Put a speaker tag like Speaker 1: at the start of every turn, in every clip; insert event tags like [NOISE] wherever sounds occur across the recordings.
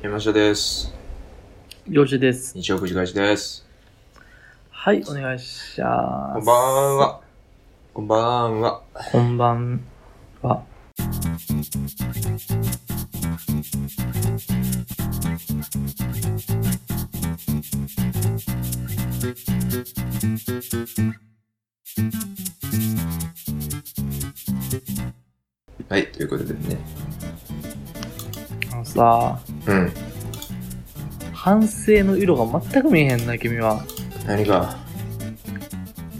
Speaker 1: 山下です。
Speaker 2: よしです。
Speaker 1: 日曜くじ返しです。
Speaker 2: はい、お願いします。
Speaker 1: こんばん。は。こんばんは。
Speaker 2: こんばんは。
Speaker 1: はい、ということでね。
Speaker 2: あのさ、
Speaker 1: うん。
Speaker 2: 反省の色が全く見えへんな、君は。
Speaker 1: 何が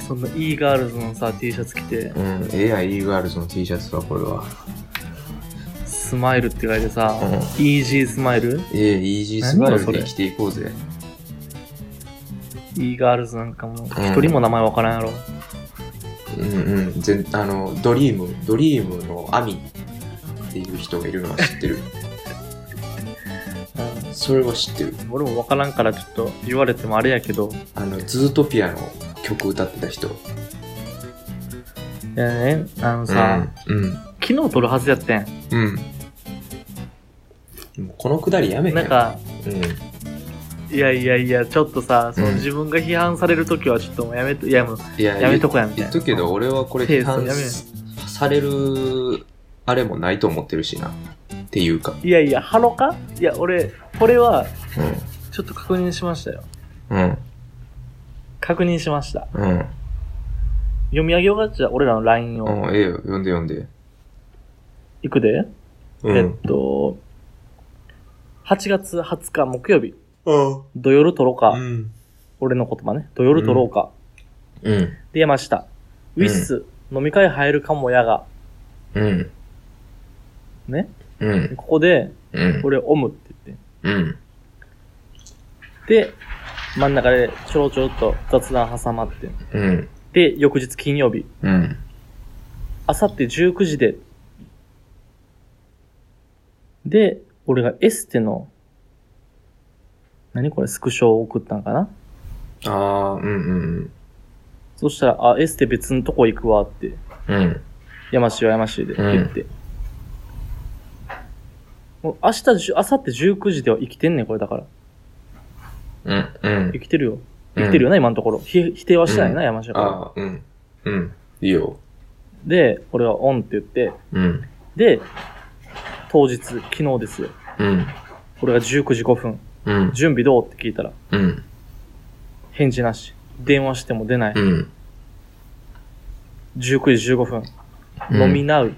Speaker 2: そんな e ガールズのさ、T シャツ着て、
Speaker 1: うん。ええやん、イーガールズの T シャツは、これは。
Speaker 2: スマイルって書いてさ、
Speaker 1: うん
Speaker 2: イージースマイル
Speaker 1: ええイージースマイル
Speaker 2: 何だそ
Speaker 1: で
Speaker 2: れ
Speaker 1: 生きていこうぜ。
Speaker 2: ?e ガールズなんかもう、一人も名前わからんやろ。
Speaker 1: うんうん。全、あの、ドリーム、ドリームのアミっていう人がいるのは知 [LAUGHS] ってる。
Speaker 2: う
Speaker 1: それは知ってる。
Speaker 2: ん、俺もわからんから、ちょっと言われてもあれやけど、
Speaker 1: あの、ズートピアの曲歌ってた人。
Speaker 2: いやね、あのさ、
Speaker 1: うん。
Speaker 2: 昨日撮るはずやってん。
Speaker 1: うん。もうこのくだりやめへ
Speaker 2: なんか、
Speaker 1: うん。
Speaker 2: いやいやいや、ちょっとさ、その
Speaker 1: うん
Speaker 2: 自分が批判されるときはちょっともうやめと、いやもう
Speaker 1: いや
Speaker 2: やめとこやみたい
Speaker 1: 言
Speaker 2: な。
Speaker 1: っとくけど、俺はこれ
Speaker 2: ペー
Speaker 1: 批
Speaker 2: スを
Speaker 1: 判
Speaker 2: やめ
Speaker 1: されるあれもないと思ってるしな。っていうか。
Speaker 2: いやいや、ハロかいや、俺、これは、
Speaker 1: う
Speaker 2: ちょっと確認しましたよ。
Speaker 1: ん。うん。
Speaker 2: 確認しました。
Speaker 1: うん。
Speaker 2: 読み上げようかじゃあ、俺らの LINE を。
Speaker 1: うん、ええよ。読んで読んで。
Speaker 2: いくで、
Speaker 1: う
Speaker 2: え
Speaker 1: ん
Speaker 2: っ。と、8月20日木曜日、
Speaker 1: うん。
Speaker 2: 土曜日撮ろうか。
Speaker 1: うん。
Speaker 2: 俺の言葉ね。土曜日撮ろうか。
Speaker 1: うん。
Speaker 2: で、山下。ウィッス、飲み会入るかもやが。
Speaker 1: うん。
Speaker 2: ね。
Speaker 1: うん。
Speaker 2: ここで、
Speaker 1: うん。
Speaker 2: 俺、オムって言っ
Speaker 1: うん。
Speaker 2: て。で、真ん中でちょろちょろっと雑談挟まって。
Speaker 1: うん。
Speaker 2: で、翌日金曜日、
Speaker 1: うん。
Speaker 2: あさって19時で、で、俺がエステの、何これ、スクショを送ったんかな
Speaker 1: ああ、うんうん
Speaker 2: そしたら、あ、エステ別のとこ行くわって、
Speaker 1: うん。うん。
Speaker 2: やましいはやましいで、って言って。もう明日じゅ、あさって19時では生きてんねん、これだから。
Speaker 1: うん。うん
Speaker 2: 生。きてるよ。生きてるよな、今のところ。ひ否定はしてないな、
Speaker 1: うん
Speaker 2: 山下君。
Speaker 1: ああ、うん。うん。いいよ。
Speaker 2: で、俺はオンって言って、
Speaker 1: うん。
Speaker 2: で、当日、昨日ですよ。
Speaker 1: うん。
Speaker 2: 俺が19時5分、
Speaker 1: うん。
Speaker 2: 準備どうって聞いたら、
Speaker 1: うん。
Speaker 2: 返事なし。電話しても出ない。
Speaker 1: うん。
Speaker 2: 19時15分。
Speaker 1: うん
Speaker 2: 飲みなう。い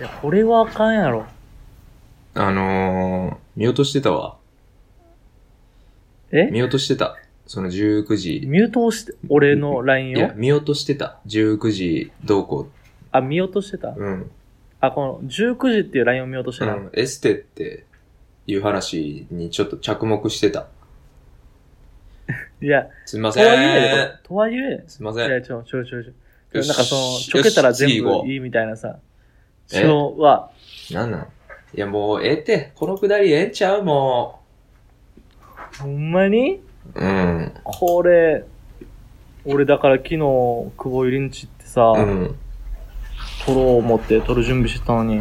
Speaker 2: や、これはあかんやろ。
Speaker 1: あのー、見落としてたわ。
Speaker 2: え
Speaker 1: 見落としてた。その19時。
Speaker 2: ミュートをして、俺の
Speaker 1: い
Speaker 2: LINE を
Speaker 1: や、見落としてた。19時どうこ
Speaker 2: あ、見落としてた
Speaker 1: う。うん。
Speaker 2: あ、この19時っていう LINE を見落として
Speaker 1: う
Speaker 2: た。
Speaker 1: ん、エステっていう話にちょっと着目してた。
Speaker 2: いや、
Speaker 1: すいま
Speaker 2: とは
Speaker 1: せ
Speaker 2: 言えや
Speaker 1: ん
Speaker 2: で、。とは言
Speaker 1: すいま
Speaker 2: え。
Speaker 1: せ
Speaker 2: い
Speaker 1: ん。
Speaker 2: や、ちょ、ちょ、ちょ、ちょ。
Speaker 1: よ
Speaker 2: なん
Speaker 1: し
Speaker 2: かその、ちょけたら全
Speaker 1: よし
Speaker 2: 部いいみたいなさ。そのは、
Speaker 1: なんなんいや、もう、ええって、このくだりええんちゃうも
Speaker 2: ほんまに
Speaker 1: う。うん。
Speaker 2: これ、俺だから昨日、久保ゆりんちってさ、
Speaker 1: うん。
Speaker 2: 撮ろう思って撮る準備してたのに、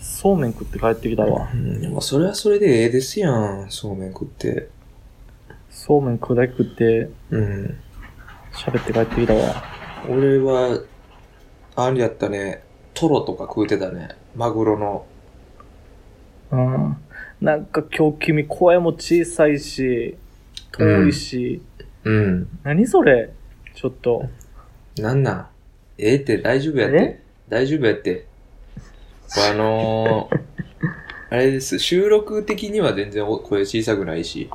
Speaker 2: そうめん食って帰ってきたわ。
Speaker 1: うん、でもそれはそれでええですやん、そうめん食って。
Speaker 2: そうめん食うだけ食って
Speaker 1: うん。
Speaker 2: 喋って帰ってきたわ。
Speaker 1: 俺は、あれやったね、トロとか食うてたね。マグロの。
Speaker 2: うん。なんか今日君声も小さいし、遠いし、
Speaker 1: うん。
Speaker 2: 何それちょっと、
Speaker 1: なんなんええって大丈夫やって
Speaker 2: え。
Speaker 1: 大丈夫やって。あのー、あれです。収録的には全然お声小さくないし。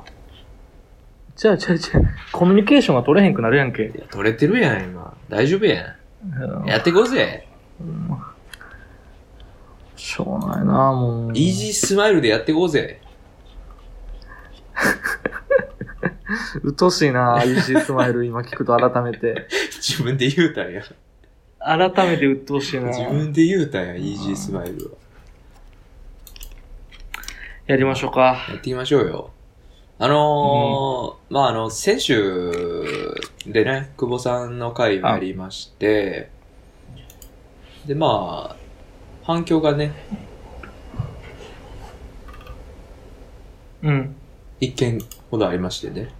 Speaker 2: じゃあじゃあじゃあ、コミュニケーションが取れへんくなるやんけ
Speaker 1: い。や、取れてるやん、今。大丈夫やん。やってこうぜ。
Speaker 2: うんしょうがないなもう。
Speaker 1: イージースマイルでやってこうぜ。
Speaker 2: うとしいなイージースマイル今聞くと改めて。
Speaker 1: 自分で言うたんや。
Speaker 2: [LAUGHS] 改めてうっとうしいな
Speaker 1: 自分で言うたんや、イージースマイルは。
Speaker 2: やりましょうか。
Speaker 1: やっていきましょうよ。あのー、まあ、あの、先週でね、久保さんの回がありまして、で、まあ、反響がね、
Speaker 2: うん。
Speaker 1: 一件ほどありましてね。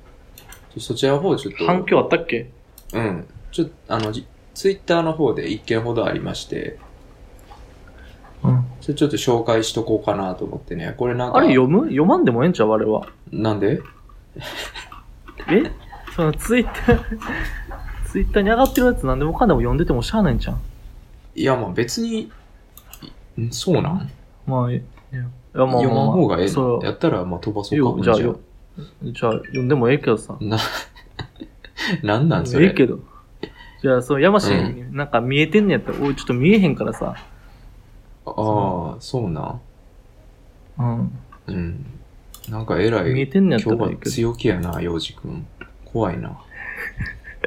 Speaker 1: ちょそちらの方ちょっと。
Speaker 2: 反響あったっけ
Speaker 1: うん。ちょっと、あの、じツイッターの方で一件ほどありまして、
Speaker 2: うん。
Speaker 1: それちょっと紹介しとこうかなと思ってね。これなんか。
Speaker 2: あれ読む読まんでもええんちゃうあれは。
Speaker 1: なんで
Speaker 2: えそのツイッター、 [LAUGHS] ツイッターに上がってるやつ何でもかんでも読んでてもしゃあないんちゃう
Speaker 1: いや、まあ別に、んそうなん
Speaker 2: まあ、えいや、まあまあまあ、
Speaker 1: 読まん方がええ
Speaker 2: そ
Speaker 1: の
Speaker 2: う
Speaker 1: やったら、まあ飛ば
Speaker 2: い
Speaker 1: そ
Speaker 2: いう
Speaker 1: か
Speaker 2: よ
Speaker 1: も
Speaker 2: じゃあよ。じゃあ、読んでもええけどさ。
Speaker 1: な、なんなんそ
Speaker 2: ええ
Speaker 1: れ。
Speaker 2: けど。じゃあ、その山氏になんか見えてんねやったら、おい、ちょっと見えへんからさ。
Speaker 1: ああ、そうなん。
Speaker 2: うん。
Speaker 1: うん。なんかえら
Speaker 2: 見え
Speaker 1: い、
Speaker 2: てんねや
Speaker 1: 今日
Speaker 2: ったらええ
Speaker 1: は
Speaker 2: けど。
Speaker 1: 強気やな、洋二くん。怖いな。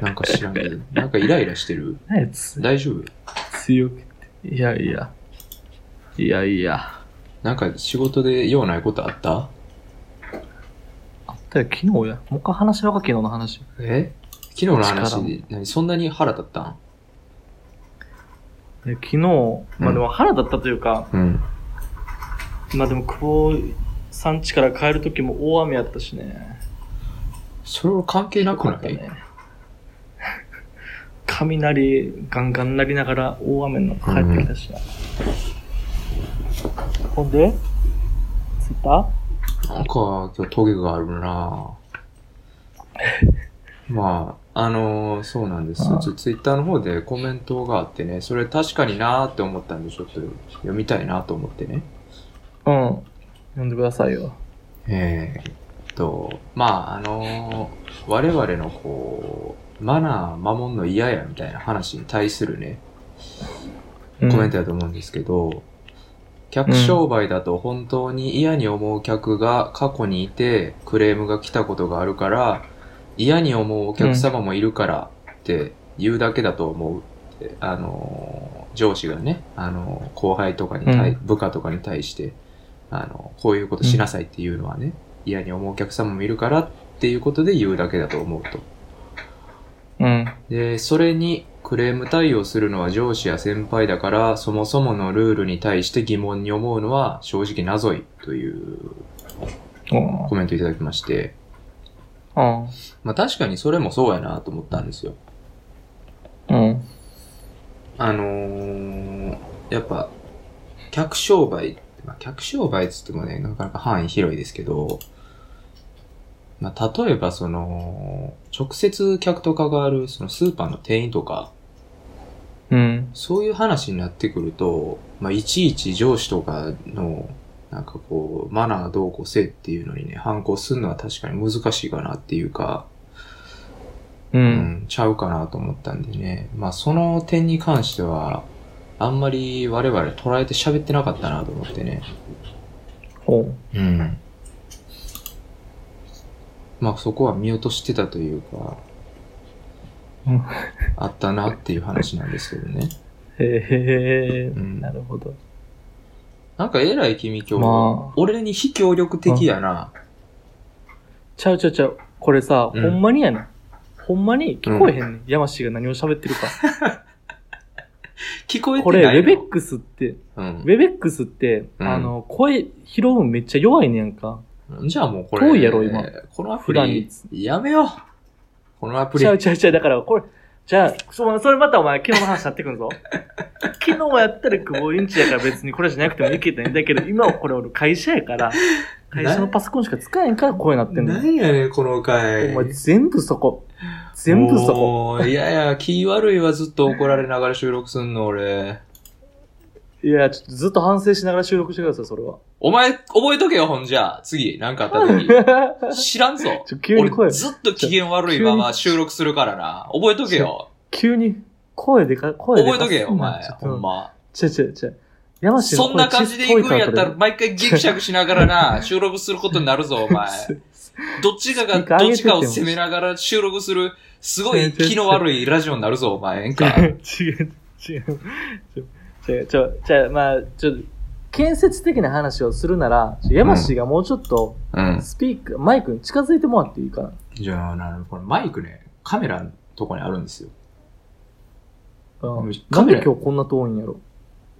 Speaker 1: なんか知らんけど。なんかイライラしてる
Speaker 2: 何やつ
Speaker 1: 大丈夫
Speaker 2: 強くて。いやいや。いやいや。
Speaker 1: なんか仕事で用ないことあった
Speaker 2: あったよ、昨日や。もう一回話しようか、昨日の話。
Speaker 1: え昨日の話
Speaker 2: 力も
Speaker 1: で、何そんなに腹立ったん
Speaker 2: え昨日、まあでも腹だったというか、
Speaker 1: うん。
Speaker 2: まあでも久保さん家から帰る時も大雨やったしね。
Speaker 1: それは関係なく
Speaker 2: よか
Speaker 1: な
Speaker 2: った
Speaker 1: い、
Speaker 2: ね。 [LAUGHS] 雷ガンガン鳴りながら大雨の中帰ってきたしな。ほんでツイッター
Speaker 1: なんか、今日トゲがある
Speaker 2: [LAUGHS]
Speaker 1: なぁまあ、あのーそうなんです
Speaker 2: は
Speaker 1: よ。
Speaker 2: い
Speaker 1: ちょっとツイッターの方でコメントがあってね、それ確かになーって思ったんで、ちょっと読みたいなと思ってね。
Speaker 2: うん。読んでくださいよ。
Speaker 1: えーっと、まあ、あのー我々のこう、マナー守んの嫌やみたいな話に対するね、
Speaker 2: コ
Speaker 1: コメントだと思うんですけど、客商売だと本当に嫌に思う客が過去にいてクレームが来たことがあるから、嫌に思うお客様もいるからって言うだけだと思うって、あのー、上司がね、あのー、後輩とかに対、
Speaker 2: う
Speaker 1: 部下とかに対して、あのー、こういうことしなさいっていうのはね、嫌に思うお客様もいるからっていうことで言うだけだと思うと。
Speaker 2: うん。
Speaker 1: で、それにクレーム対応するのは上司や先輩だから、そもそものルールに対して疑問に思うのは正直謎いという
Speaker 2: うん。
Speaker 1: コメントいただきまして、
Speaker 2: うん。
Speaker 1: まあ確かにそれもそうやなと思ったんですよ。
Speaker 2: うん。
Speaker 1: あのー、やっぱ、客商売、まあ、客商売っつってもね、なかなか範囲広いですけど、まあ例えばその、直接客と関わるそのスーパーの店員とか、
Speaker 2: うん。
Speaker 1: そういう話になってくると、まあ、いちいち上司とかの、なんかこう、マナーどうこうせえっていうのにね、反抗するのは確かに難しいかなっていうか、
Speaker 2: う。
Speaker 1: うんちゃうかなと思ったんでね。まあ、その点に関しては、あんまり我々捉えて喋ってなかったなと思ってね。
Speaker 2: ほう。
Speaker 1: うん。まあ、そこは見落としてたというか
Speaker 2: うん、
Speaker 1: あったなっていう話なんですけどね。
Speaker 2: へ
Speaker 1: う
Speaker 2: え。
Speaker 1: ん
Speaker 2: なるほど。
Speaker 1: なんか偉い君今日、
Speaker 2: まあ
Speaker 1: 俺に非協力的やな。
Speaker 2: ちゃうちゃうちゃう。これさ、
Speaker 1: うん
Speaker 2: ほんまにやねん。ほんまに聞こえへんねん。山氏が何を喋ってる
Speaker 1: [LAUGHS]
Speaker 2: か。
Speaker 1: 聞こえて
Speaker 2: これ、
Speaker 1: ない
Speaker 2: ウ
Speaker 1: の
Speaker 2: ェベックスって、
Speaker 1: うん
Speaker 2: ウェベックスって、
Speaker 1: うん
Speaker 2: あの、声拾うんめっちゃ弱いねんか。
Speaker 1: じゃあもうこれ。
Speaker 2: 遠いやろ今
Speaker 1: このアプ
Speaker 2: 普段
Speaker 1: リ
Speaker 2: に、
Speaker 1: やめよう。このアプリ
Speaker 2: ちゃ。うちゃうちゃう。だから、これ、じゃあ、そそれまたお前、昨日の話になってく
Speaker 1: [LAUGHS]
Speaker 2: んぞ。昨日はやったら久保インチやから別にこれじゃなくてもいけたんだけど、今はこれ俺会社やから、会社のパソコンしか使えんからこういうなってんの。
Speaker 1: なんやねん、この
Speaker 2: お
Speaker 1: 回。
Speaker 2: 前、全部そこ。全部そこ。
Speaker 1: もう。いやいや、気悪いわ、ずっと怒られながら収録すんの、俺。
Speaker 2: いや、ちょっとずっと反省しながら収録してください、それは。 [LAUGHS]
Speaker 1: お前、覚えとけよ、ほんじゃ。次、なんかあった時。
Speaker 2: [LAUGHS]
Speaker 1: 知らんぞ。
Speaker 2: ちょ急に声
Speaker 1: 俺、ずっと機嫌悪いまま収録するからな。覚えとけよ。
Speaker 2: 急に声でか、声でか
Speaker 1: 覚えとけよ、お前
Speaker 2: ちょ。っと
Speaker 1: ほんま。
Speaker 2: ちゃちゃちゃ。山氏の
Speaker 1: そんな感じで行くんやったら、毎回ギクシャクしながら [LAUGHS] な、収録することになるぞ、お
Speaker 2: [LAUGHS]
Speaker 1: 前。どっちか
Speaker 2: スピーカ
Speaker 1: が、ど
Speaker 2: ー上
Speaker 1: っ
Speaker 2: げ
Speaker 1: ち
Speaker 2: てて
Speaker 1: か
Speaker 2: も
Speaker 1: を責めながら収録する、すごい気の悪いラジオになるぞ、お前。ええんか。
Speaker 2: [LAUGHS] 違う、違う、違う、違う、ちょ、じゃあまあ、ちょ、建設的な話をするなら、ちょ山氏がもうちょっと、
Speaker 1: うん。
Speaker 2: スピーク、マイクに近づいてもらっていいかな。
Speaker 1: じゃあ、なこれマイクね、カメラのとこにあるんですよ。
Speaker 2: うんな
Speaker 1: カ
Speaker 2: ん
Speaker 1: メ
Speaker 2: で
Speaker 1: ラ
Speaker 2: 今日こんな遠いんやろ。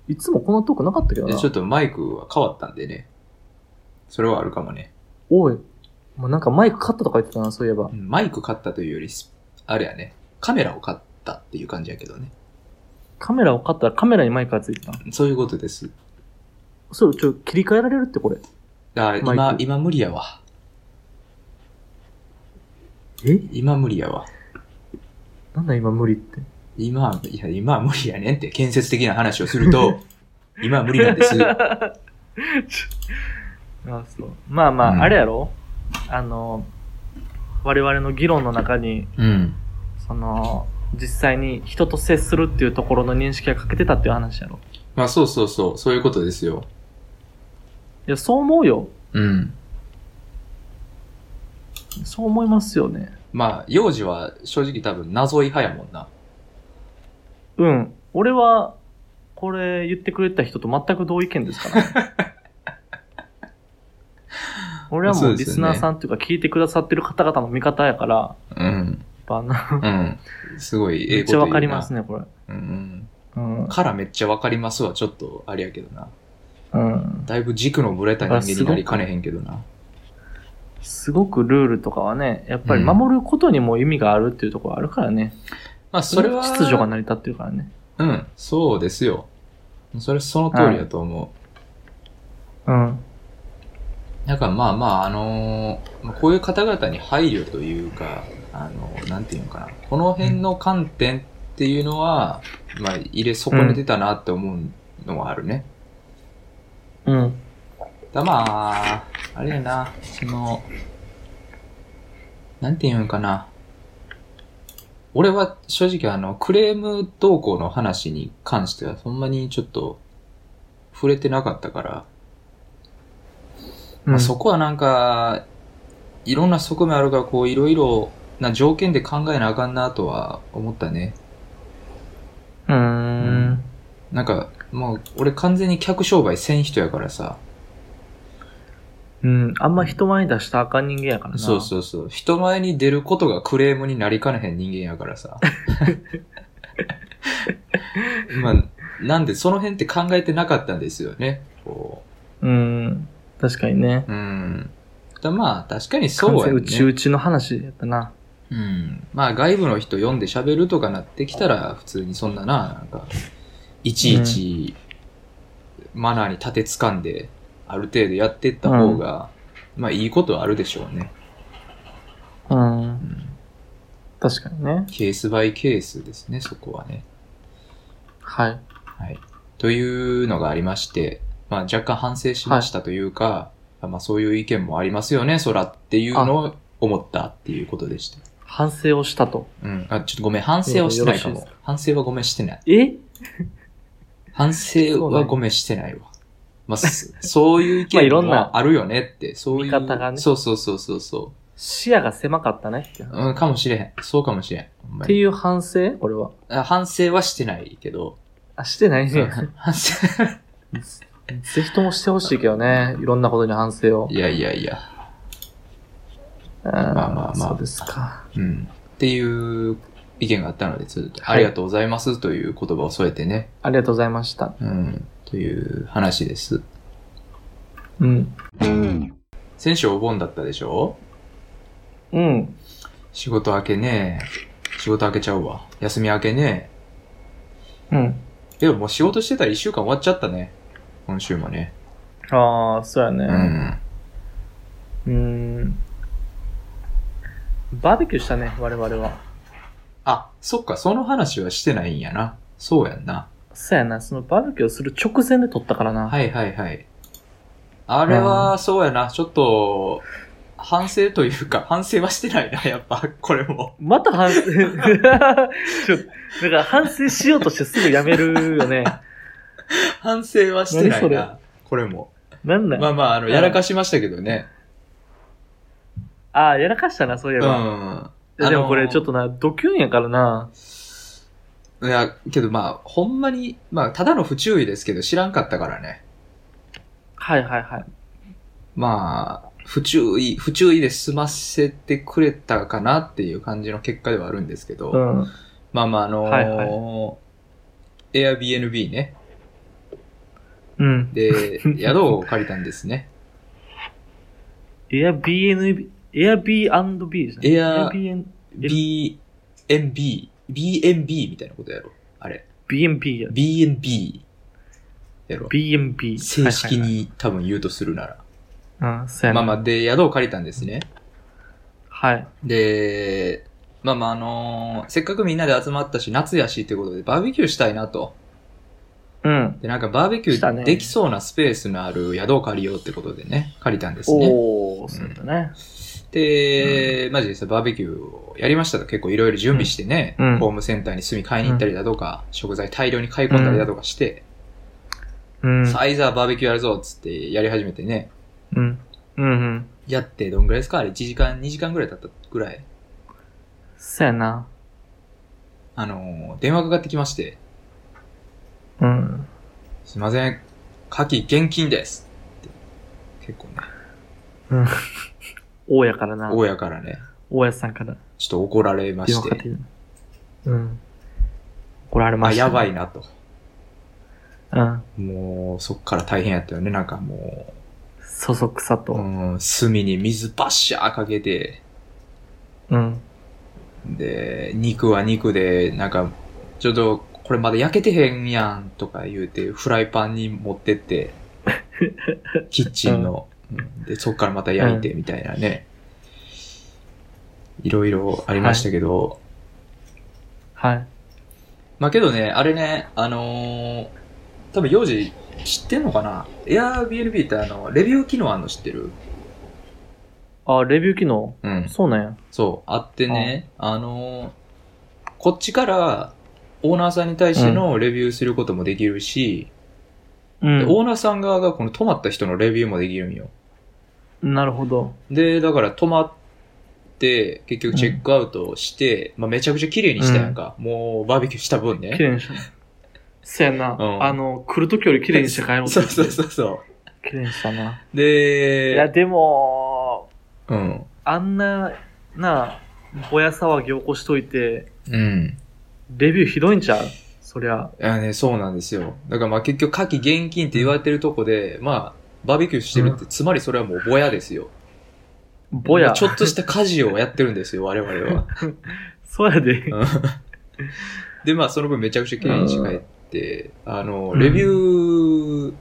Speaker 2: いつもこんな遠くなかったけど
Speaker 1: で
Speaker 2: な
Speaker 1: ちょ。っとマイクは変わったんでね。それはあるかもね。
Speaker 2: おい、もうなんかマイク買ったとか言ってたな、そういえば
Speaker 1: う。んマイク買ったというより、スあれやね、カメラを買ったっていう感じやけどね。
Speaker 2: カメラを買ったらカメラにマイクがついてたの。
Speaker 1: そういうことです。
Speaker 2: それ、ちょ、切り替えられるってこれ。
Speaker 1: あ
Speaker 2: マ
Speaker 1: 今
Speaker 2: イ、ク
Speaker 1: 今無理やわ。
Speaker 2: え
Speaker 1: 今無理やわ。
Speaker 2: なんだ今無理って。
Speaker 1: 今、いや、今は無理やねんって建設的な話をする
Speaker 2: [LAUGHS]
Speaker 1: と、今は無理なんです。
Speaker 2: あそうまあまあ、
Speaker 1: うん
Speaker 2: あれやろあの、我々の議論の中に、
Speaker 1: うん。
Speaker 2: その、実際に人と接するっていうところの認識が欠けてたっていう話やろ。
Speaker 1: まあそうそうそう、そういうことですよ。
Speaker 2: いや、そう思うよ。
Speaker 1: うん。
Speaker 2: そう思いますよね。
Speaker 1: まあ、幼児は正直多分謎い派やもんな。
Speaker 2: うん。俺は、これ言ってくれた人と全く同意見ですか
Speaker 1: [LAUGHS]
Speaker 2: ら、ね。俺は
Speaker 1: そ
Speaker 2: も
Speaker 1: う
Speaker 2: う
Speaker 1: です
Speaker 2: リ
Speaker 1: よ
Speaker 2: ス
Speaker 1: ね
Speaker 2: ナーさんっていうか聞いてくださってる方々の味方やから、や
Speaker 1: うん。
Speaker 2: っぱあの
Speaker 1: うん。すごい、え
Speaker 2: め
Speaker 1: え
Speaker 2: っ
Speaker 1: こと
Speaker 2: ち
Speaker 1: 言
Speaker 2: ゃ
Speaker 1: うな。
Speaker 2: わかりますね、これ。
Speaker 1: うん。
Speaker 2: うん。
Speaker 1: からめっちゃわかりますは、ちょっとあれやけどな。
Speaker 2: うん。
Speaker 1: だいぶ軸のぶれた人間になりかねへんけどな。
Speaker 2: すごくルールとかはね、やっぱり守ることにも意味があるっていうところあるからね。
Speaker 1: まあ、それは、
Speaker 2: 秩序が成り立ってるからね。
Speaker 1: うん、そうですよ。それその通りだと思う。
Speaker 2: うん。
Speaker 1: だからまあまあ、あのーまあこういう方々に配慮というか、あのーなんていうのかな、この辺の観点っていうのは、まあ、入れ損ねてたなって思うのはあるね。
Speaker 2: うん。
Speaker 1: だまあ、あれやな、その、なんていうんかな。俺は正直あの、クレーム動向の話に関しては、そんなにちょっと、触れてなかったから、まあ、そこはなんか、いろんな側面あるから、こう、いろいろな条件で考えなあかんなとは思ったね。
Speaker 2: うーん。
Speaker 1: なんか、もう、俺完全に客商売せん人やからさ、
Speaker 2: うん。あんま人前に出したらあかん人間やからな。
Speaker 1: そうそうそう、人前に出ることがクレームになりかねへん人間やからさ。 [LAUGHS] まあ、なんで、その辺って考えてなかったんですよね。こ
Speaker 2: う。うん。確かにね。
Speaker 1: う。うん。だまあ、確かにそう
Speaker 2: 完
Speaker 1: やね。
Speaker 2: 全うちうちの話やったな。
Speaker 1: うん。まあ外部の人読んで喋るとかなってきたら、普通にそんなな、なんか、いちいち、マナーに立てつかんで、ある程度やってった方が、まあいいことはあるでしょうね、
Speaker 2: うん
Speaker 1: う。ん。
Speaker 2: 確かにね。
Speaker 1: ケースバイケースですね、そこはね。
Speaker 2: はい。
Speaker 1: はい。というのがありまして、まあ若干反省しましたというか、まあそういう意見もありますよね、そらっていうのを思ったっていうことでした。
Speaker 2: 反省をしたと。
Speaker 1: うん。あ、ちょっとごめん、反省はしてないか
Speaker 2: いやよろしい
Speaker 1: も
Speaker 2: で。
Speaker 1: 反省はごめんしてない。
Speaker 2: え
Speaker 1: 反省はごめんしてないわ。まあ、そ [LAUGHS] そういう意
Speaker 2: まあい
Speaker 1: 見
Speaker 2: ろん
Speaker 1: も
Speaker 2: な
Speaker 1: あるよねって、そういう。
Speaker 2: 見方がね
Speaker 1: そうそうそうそうそ
Speaker 2: 視野が狭かったね。
Speaker 1: う。うん、かもしれへん。そうかもしれん。ほんま
Speaker 2: って
Speaker 1: に
Speaker 2: いう反省俺は。
Speaker 1: あ反省はしてないけど。
Speaker 2: あ、してないね。
Speaker 1: [LAUGHS] 反省。
Speaker 2: [LAUGHS] ぜひともしてほしいけどね。いろんなことに反省を。
Speaker 1: いやいやいや。
Speaker 2: ま
Speaker 1: まあまあまあ
Speaker 2: そうですか。
Speaker 1: うん。っていう意見があったので、ちょっとありがとうございますという言葉を添えてね。
Speaker 2: ありがとうございました。
Speaker 1: うん。という話です。
Speaker 2: うん。
Speaker 1: 先週お盆だったでしょ
Speaker 2: うん。
Speaker 1: 仕事明けね。仕事明けちゃうわ。休み明けね。
Speaker 2: うん。
Speaker 1: でももう仕事してたら一週間終わっちゃったね。今週もね。
Speaker 2: ああ、そうや
Speaker 1: う
Speaker 2: ね。
Speaker 1: ん。
Speaker 2: うん。バーベキューしたね、我々は。
Speaker 1: あ、そっか、その話はしてないんやな。そうやんな。
Speaker 2: そうやな、そのバーベキューをする直前で撮ったからな。
Speaker 1: はいはいはい。あれは、そうやな。ちょっと、反省というか、反省はしてない [LAUGHS] な、やっぱ、これも。
Speaker 2: また [LAUGHS] 反省、ちょっと、だから反省しようとしてすぐやめるよね。
Speaker 1: 反省はしてな
Speaker 2: 何
Speaker 1: い
Speaker 2: それ
Speaker 1: な。これも。
Speaker 2: なんだ、
Speaker 1: まあまあ、あの、やらかしましたけどね。
Speaker 2: ああ、やらかしたな、そういえ
Speaker 1: う
Speaker 2: ば。
Speaker 1: ん。
Speaker 2: いやでもこれちょっ
Speaker 1: と。
Speaker 2: とな、ドキュンやからな。
Speaker 1: いや、けどまあ、ほんまに、まあ、ただの不注意ですけど、知らんかったからね。
Speaker 2: はいはいはい。
Speaker 1: まあ、不注意、不注意で済ませてくれたかなっていう感じの結果ではあるんですけど、
Speaker 2: うん。
Speaker 1: まあまあ、あのー
Speaker 2: はいは
Speaker 1: Airbnb ね。
Speaker 2: うん。 [LAUGHS]
Speaker 1: で、宿を借りたんですね。
Speaker 2: エア BNB、エア B&B じゃ
Speaker 1: エア
Speaker 2: ない BN、
Speaker 1: B、NB、BNB みたいなことやろ。あれ。
Speaker 2: BNB や。
Speaker 1: BNB やろ。
Speaker 2: BNB。
Speaker 1: 正式
Speaker 2: はい
Speaker 1: に多分言うとするなら。
Speaker 2: はいはい。うん、そうや
Speaker 1: まあ
Speaker 2: な。
Speaker 1: まあ、で、宿を借りたんですね。
Speaker 2: はい。
Speaker 1: で、まあまあ、あのーせっかくみんなで集まったし、夏やしってことで、バーベキューしたいなと。
Speaker 2: うん。
Speaker 1: で、なんかバーベキュ
Speaker 2: したね
Speaker 1: ーできそうなスペースのある宿を借りようってことでね、借りたんですね。
Speaker 2: おー、そうだね。
Speaker 1: で、まあ実際バーベキューをやりましたと結構いろいろ準備してね、
Speaker 2: うんうん
Speaker 1: ホームセンターに炭買いに行ったりだとか、食材大量に買い込んだりだとかして、
Speaker 2: うん。
Speaker 1: さあ、いざバーベキューやるぞっつってやり始めてね、
Speaker 2: うん。うんうん。
Speaker 1: やってどんぐらいですかあれ1時間、2時間ぐらい経ったぐらい。
Speaker 2: そうやな。
Speaker 1: あのー電話かかってきまして、
Speaker 2: うん。
Speaker 1: すいません、夏季現金ですって結構ね、
Speaker 2: 大家からな。
Speaker 1: 大家からね、
Speaker 2: 大家さんから
Speaker 1: ちょっと怒られま
Speaker 2: 電話
Speaker 1: し
Speaker 2: かかっ
Speaker 1: て、
Speaker 2: てきた。うん。怒られま
Speaker 1: あ、
Speaker 2: した、
Speaker 1: やば
Speaker 2: い。
Speaker 1: いなと。
Speaker 2: うん。
Speaker 1: もう、そっから大変やったよね、なんかもう。
Speaker 2: そそくさ
Speaker 1: う
Speaker 2: と。
Speaker 1: ん、炭に水バッシャーかけて、
Speaker 2: うん。
Speaker 1: で、肉は肉で、なんか、ちょっと、これまだ焼けてへんやんとか言うて、フライパンに持ってって、 [LAUGHS] キッチンの、うんで、そっからまた焼いてみたいなね、いろいろありましたけど、
Speaker 2: はい。
Speaker 1: まあけどね、あれね、あのー多分幼児知ってんのかな ?Airbnb ってあの、レビュー機能あんの知ってる
Speaker 2: あ、レビュー機能
Speaker 1: うん。
Speaker 2: そうなんや。
Speaker 1: そう、あってね、あのーこっちからオーナーさんに対してのレビューすることもできるし、
Speaker 2: う
Speaker 1: でオ
Speaker 2: ん。
Speaker 1: ーナーさん側がこの泊まった人のレビューもできるんよ。
Speaker 2: なるほど。
Speaker 1: で、だから泊まって、結局チェックアウトして、まあ、めちゃくちゃ綺麗にしたやんか。もうバーベキューした分
Speaker 2: 綺
Speaker 1: ね。
Speaker 2: 麗にした。そうやな。
Speaker 1: うん
Speaker 2: あの、来るときより綺麗にして帰ろう
Speaker 1: そうそう
Speaker 2: う。
Speaker 1: そうそ
Speaker 2: 綺麗にしたな。
Speaker 1: う。
Speaker 2: いや、
Speaker 1: で、
Speaker 2: でも、
Speaker 1: うん。
Speaker 2: あんな、なあ、ぼや騒ぎ起こしといて、
Speaker 1: うん。
Speaker 2: レビューひどいんちゃうそりゃ。
Speaker 1: いやね、そうなんですよ。だからまあ結局、夏季現金って言われてるとこで、まあ、バーベキューしてるって、つまりそれはもうぼやですよ。
Speaker 2: ぼや。
Speaker 1: ちょっとした家事をやってるんですよ、我々
Speaker 2: [LAUGHS]
Speaker 1: は。
Speaker 2: そうやで。
Speaker 1: うんで、まあ、その分めちゃくちゃ綺麗にして帰って、あの、
Speaker 2: うん
Speaker 1: レビュー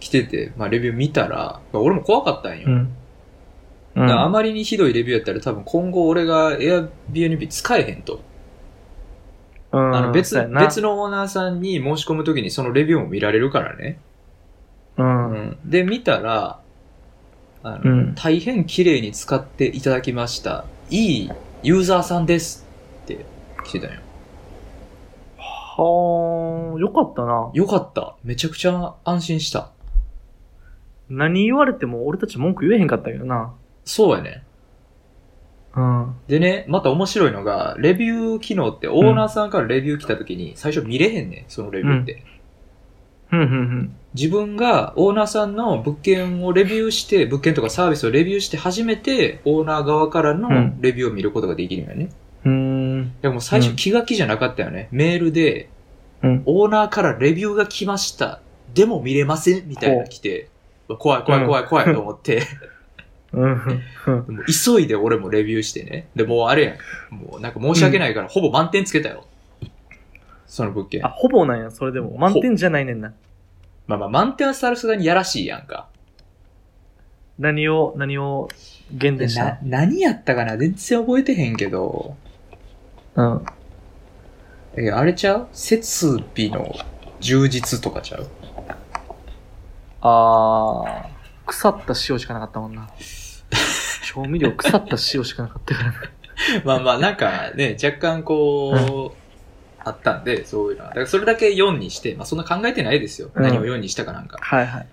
Speaker 1: 来てて、まあ、レビュー見たら、まあ俺も怖かったんよ。
Speaker 2: ん。う
Speaker 1: だからあ
Speaker 2: ん。
Speaker 1: まりにひどいレビューやったら多分今後俺が Airbnb 使えへんと。あの別、別
Speaker 2: の。
Speaker 1: のオーナーさんに申し込むときにそのレビューも見られるからね。
Speaker 2: う。
Speaker 1: うんん。で、見たら、あ
Speaker 2: う
Speaker 1: の、
Speaker 2: ん。
Speaker 1: 大変綺麗に使っていただきました。いいユーザーさんですって来てたんよ。
Speaker 2: はあ、よかったな。
Speaker 1: よかった。めちゃくちゃ安心した。
Speaker 2: 何言われても俺たち文句言えへんかったけどな。
Speaker 1: そうやね。
Speaker 2: うん。
Speaker 1: でね、また面白いのが、レビュー機能って、オーナーさんからレビュー来た時に、最初見れへんねん、そのレビューって。
Speaker 2: うん、うん、
Speaker 1: 自分がオーナーさんの物件をレビューして、物件とかサービスをレビューして初めて、オーナー側からの
Speaker 2: うん
Speaker 1: レビューを見ることができるんよね。
Speaker 2: うん。うーん。
Speaker 1: でも最初
Speaker 2: うん
Speaker 1: 気が気じゃなかったよね。メールで、
Speaker 2: うん
Speaker 1: オーナーからレビューが来ました。でも見れませんみたいなの来て、怖い怖い怖い怖いと思って、
Speaker 2: うん。うん。
Speaker 1: でも急いで俺もレビューしてね。で、もうあれやん。もうなんか申し訳ないから、ほぼ満点つけたよ。その物件
Speaker 2: あ、。ほぼなんや、それでも。満点じゃないねんな。
Speaker 1: まあまあ、満点はさすがにやらしいやんか。
Speaker 2: 何を、何を減点した
Speaker 1: な、何やったかな全然覚えてへんけど。
Speaker 2: うん。
Speaker 1: え、あれちゃう設備の充実とかちゃう
Speaker 2: あー、腐った塩しかなかったもんな。調味料腐った塩しかなかったからな。
Speaker 1: まあまあ、なんかね、若干こう、あったんで、そういうのは。だからそれだけ4にして、まあそんな考えてないですよ。
Speaker 2: うん
Speaker 1: 何を4にしたかなんか。
Speaker 2: はいはい。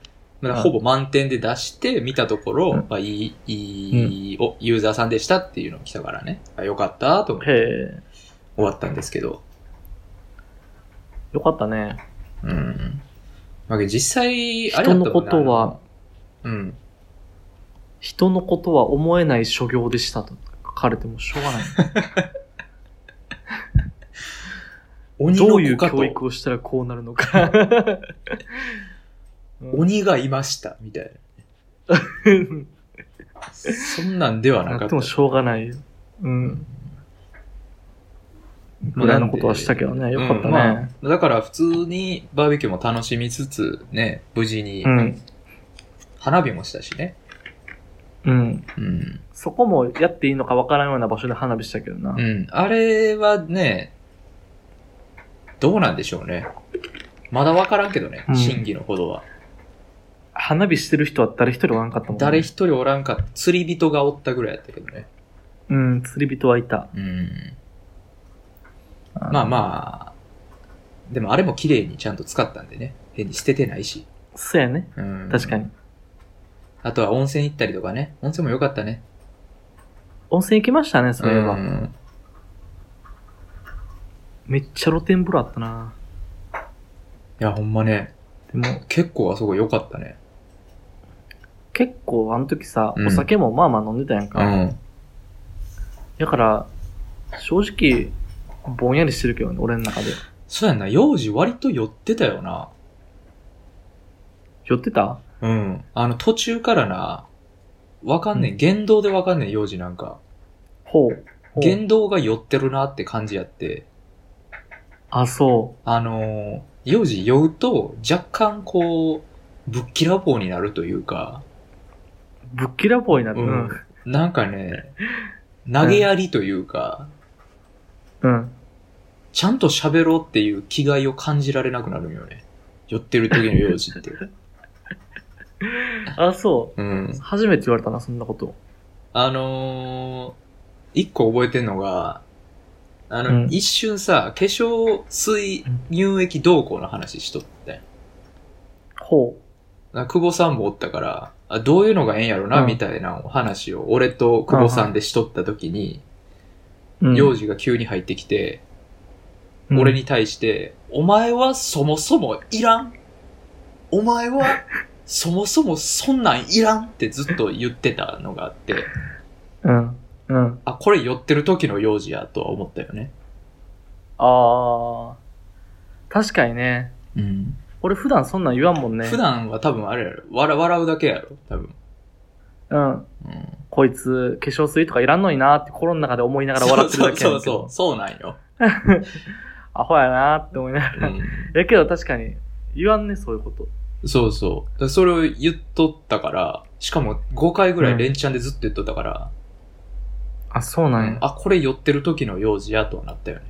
Speaker 1: だからほぼ満点で出して、見たところ、
Speaker 2: うん
Speaker 1: まあいい、いい、お、ユーザーさんでしたっていうのが来たからね。あ、よかったと思って
Speaker 2: へえ、
Speaker 1: 終わったんですけど。
Speaker 2: よかったね。
Speaker 1: うん。まあ実際、あれ
Speaker 2: 人
Speaker 1: やったもんな
Speaker 2: のことは、
Speaker 1: うん。
Speaker 2: 人のことは思えない所業でしたと書かれてもしょうが [LAUGHS] ない。
Speaker 1: 鬼の
Speaker 2: どうい
Speaker 1: 子
Speaker 2: う
Speaker 1: か
Speaker 2: 教
Speaker 1: と、
Speaker 2: 育をしたらこうなるの [LAUGHS] か。
Speaker 1: 鬼がいました、みたいな。そんなんではな
Speaker 2: [LAUGHS] な
Speaker 1: か
Speaker 2: っ
Speaker 1: ってた
Speaker 2: も。しょうがないよ。うん。
Speaker 1: まあ
Speaker 2: 無駄なことはしたけどね、よかったね。
Speaker 1: うんまあだから普通にバーベキューも楽しみつつ、ね、無事に
Speaker 2: うん。
Speaker 1: 花火もしたしね。
Speaker 2: うん。
Speaker 1: うん。
Speaker 2: そこもやっていいのかわからんような場所で花火したけどな
Speaker 1: う。ん。あれはね、どうなんでしょうね。まだわからんけどね
Speaker 2: う、ん
Speaker 1: 真偽のほどは。
Speaker 2: 花火してる人は誰一人おらんかったもんね
Speaker 1: 誰一人おらんかった、釣り人がおったぐらいやったけどね。
Speaker 2: うん、釣り人はいた。
Speaker 1: うん。まあまあ、でもあれも綺麗にちゃんと使ったんでね。変に捨ててないし。
Speaker 2: あ。そうやね。
Speaker 1: うん。
Speaker 2: 確かに。。
Speaker 1: あとは温泉行ったりとかね。温泉も良かったね。
Speaker 2: 温泉行きましたね、そういえば。
Speaker 1: ん。
Speaker 2: めっちゃ露天風呂あったな。
Speaker 1: いや、ほんまね、
Speaker 2: でも、
Speaker 1: 結構あそこ良かったね。
Speaker 2: 結構あの時さ、
Speaker 1: うん
Speaker 2: お酒もまあまあ飲んでたやんか。
Speaker 1: ん。
Speaker 2: だから、正直、ぼんやりしてるけどね、俺の中で。
Speaker 1: そうやんな、幼児割と寄ってたよな。
Speaker 2: 寄ってた
Speaker 1: うん。あの、途中からな、わかんねん。言動でわかんねん、幼児なんか。
Speaker 2: ほう。ほう
Speaker 1: 言動が寄ってるなって感じやって。
Speaker 2: あ、そ
Speaker 1: あのー、幼児酔うと、若干こう、ぶっきらぼうになるというか、
Speaker 2: う。ぶっきらぼうになる。
Speaker 1: う
Speaker 2: うんん。
Speaker 1: なんかね、投げやりというか、
Speaker 2: うん。
Speaker 1: ちゃんと喋ろうっていう気概を感じられなくなるんよね。寄ってる時の幼児って。
Speaker 2: あ、そ
Speaker 1: うん
Speaker 2: う。。初めて言われたな、そんなこと。
Speaker 1: あのー、一個覚えてんのが、あの、
Speaker 2: うん
Speaker 1: 一瞬さ、化粧水乳液同行の話しとったやん
Speaker 2: ほ
Speaker 1: な久保さんもおったから、あどういうのがええんやろな、
Speaker 2: うん
Speaker 1: みたいなお話を、俺と久保さんでしとった時に、
Speaker 2: う。うん
Speaker 1: 幼児が急に入ってきて、俺。に対して、お前はそもそもいらんお前はそもそもそんなんいらんってずっと言ってたのがあって、
Speaker 2: うん。うん。
Speaker 1: あ、これ寄ってる時の幼児やとは思ったよね。
Speaker 2: あー。確かにね。
Speaker 1: うん。
Speaker 2: 俺普段そんなん言わんもんね。
Speaker 1: 普段は多分あれやろ。笑笑うだけやろ。多分。
Speaker 2: うん。
Speaker 1: うん。
Speaker 2: こいつ、化粧水とかいらんのになーって心の中で思いながら笑ってるだけや
Speaker 1: そ
Speaker 2: ね
Speaker 1: うん
Speaker 2: けど
Speaker 1: そうそう。そうなんよ。
Speaker 2: アホやなーって思いなが
Speaker 1: う
Speaker 2: ら。
Speaker 1: ん。
Speaker 2: やけど確かに、言わんね、そういうこと。
Speaker 1: そうそう。だからそれを言っとったから、しかも5回ぐらい連チャンでずっと言っとったから、
Speaker 2: あ、そうな
Speaker 1: うん。あ、これ寄ってる時の幼児やとはなったよね。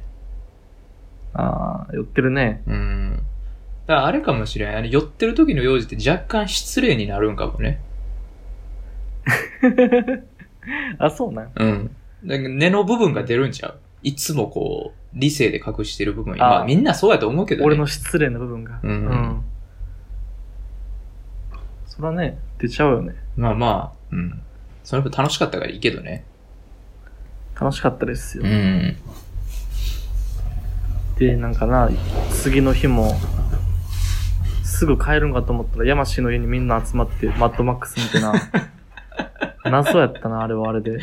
Speaker 2: あー、寄ってるね。 [LAUGHS]
Speaker 1: うん。だからあれかもしれん。あれ寄ってる時の幼児って若干失礼になるんかもね。
Speaker 2: あ、そうなん。
Speaker 1: うん。だから根の部分が出るんちゃういつもこう、理性で隠してる部分。
Speaker 2: あ
Speaker 1: まあみんなそうやと思うけどね。
Speaker 2: 俺の失礼な部分が。
Speaker 1: うん
Speaker 2: うん。そらね、出ちゃうよね。
Speaker 1: まあまあ、うん。その分楽しかったからいいけどね。
Speaker 2: 楽しかったですよ。
Speaker 1: ん。
Speaker 2: で、なんかな、次の日も、すぐ帰るんかと思ったら、山氏の家にみんな集まって、マッドマックス見
Speaker 1: [LAUGHS]
Speaker 2: てな。謎やったな、あれはあれで。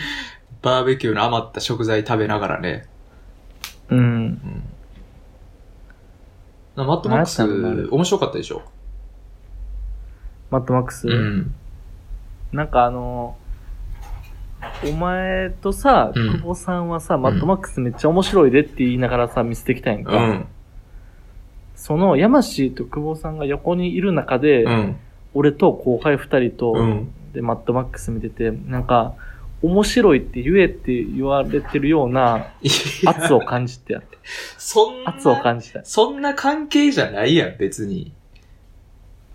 Speaker 1: バーベキューの余った食材食べながらね。
Speaker 2: うん。
Speaker 1: うん。なマットマックス、
Speaker 2: 何やったんだろ
Speaker 1: 面白かったでしょ
Speaker 2: マッドマックス。
Speaker 1: ん。
Speaker 2: なんかあのお前とさ、
Speaker 1: うん
Speaker 2: 久保さんはさ、マッドマックスめっちゃ面白いでって言いながらさ、見せてきたやん
Speaker 1: う
Speaker 2: か。
Speaker 1: ん。
Speaker 2: その、山氏と久保さんが横にいる中で、
Speaker 1: うん。
Speaker 2: 俺と後輩二人と、
Speaker 1: うん。
Speaker 2: で、マッドマックス見てて、なんか、面白いって言えって言われてるようない
Speaker 1: や
Speaker 2: 圧を感じてやって、
Speaker 1: そん
Speaker 2: 圧を
Speaker 1: な、
Speaker 2: 感じた。い
Speaker 1: そんな関係じゃないやん、別に。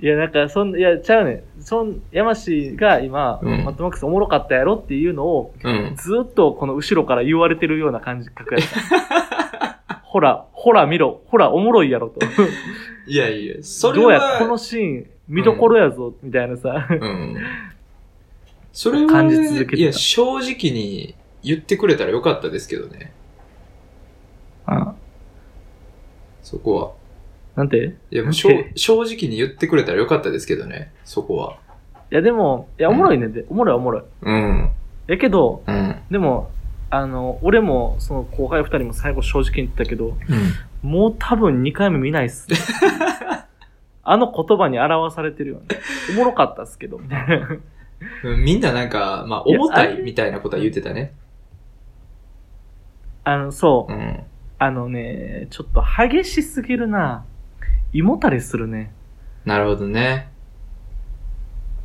Speaker 2: や、なんか、そん、いや、ちゃうねん。そん、山氏が今、
Speaker 1: うん
Speaker 2: マッドマックスおもろかったやろっていうのを、
Speaker 1: うん。
Speaker 2: ずっとこの後ろから言われてるような感覚
Speaker 1: [LAUGHS]
Speaker 2: やった。ほら、ほら見ろ、ほらおもろいやろと。
Speaker 1: いやいや、それ
Speaker 2: どう
Speaker 1: は、
Speaker 2: や、このシーン見どころやぞ、みたいなさ。
Speaker 1: うん。それは、
Speaker 2: 感じ続けてた
Speaker 1: いや、正直に言ってくれたらよかったですけどね。
Speaker 2: あ
Speaker 1: そこは。
Speaker 2: なんてい
Speaker 1: いや、もうしょ正直に言ってくれたらよかったですけどね、そこは。
Speaker 2: やでも、いや、おもろいねんで、おもろいおもろい。
Speaker 1: うん。
Speaker 2: やけど、
Speaker 1: うん。
Speaker 2: でも、あの、俺も、その後輩二人も最後正直に言ったけど、もう多分二回目見ないっ [LAUGHS] す。あの言葉に表されてるよね。おもろかったっすけど、みたいな [LAUGHS]
Speaker 1: うんみんななんか、まあ、
Speaker 2: いや
Speaker 1: 重た
Speaker 2: あ
Speaker 1: い
Speaker 2: れ
Speaker 1: みたいなことは言ってたね。
Speaker 2: あの、そうう。
Speaker 1: ん。
Speaker 2: あのね、ちょっと激しすぎるな。胃もたれするね。
Speaker 1: なるほどね。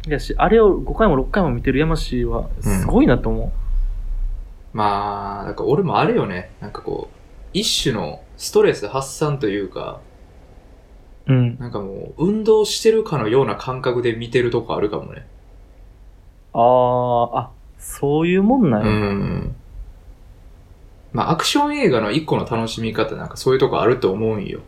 Speaker 2: いやし、あれを5回も6回も見てる山氏は、すごいなと思
Speaker 1: まあ、なんか俺もあれよね。なんかこう、一種のストレス発散というか、
Speaker 2: う。うん。
Speaker 1: なんかもう、運動してるかのような感覚で見てるとこあるかもね。
Speaker 2: あー、あ、そういうもんなん
Speaker 1: う
Speaker 2: や。
Speaker 1: ん。まあ、アクション映画の一個の楽しみ方なんかそういうとこあると思うんよ。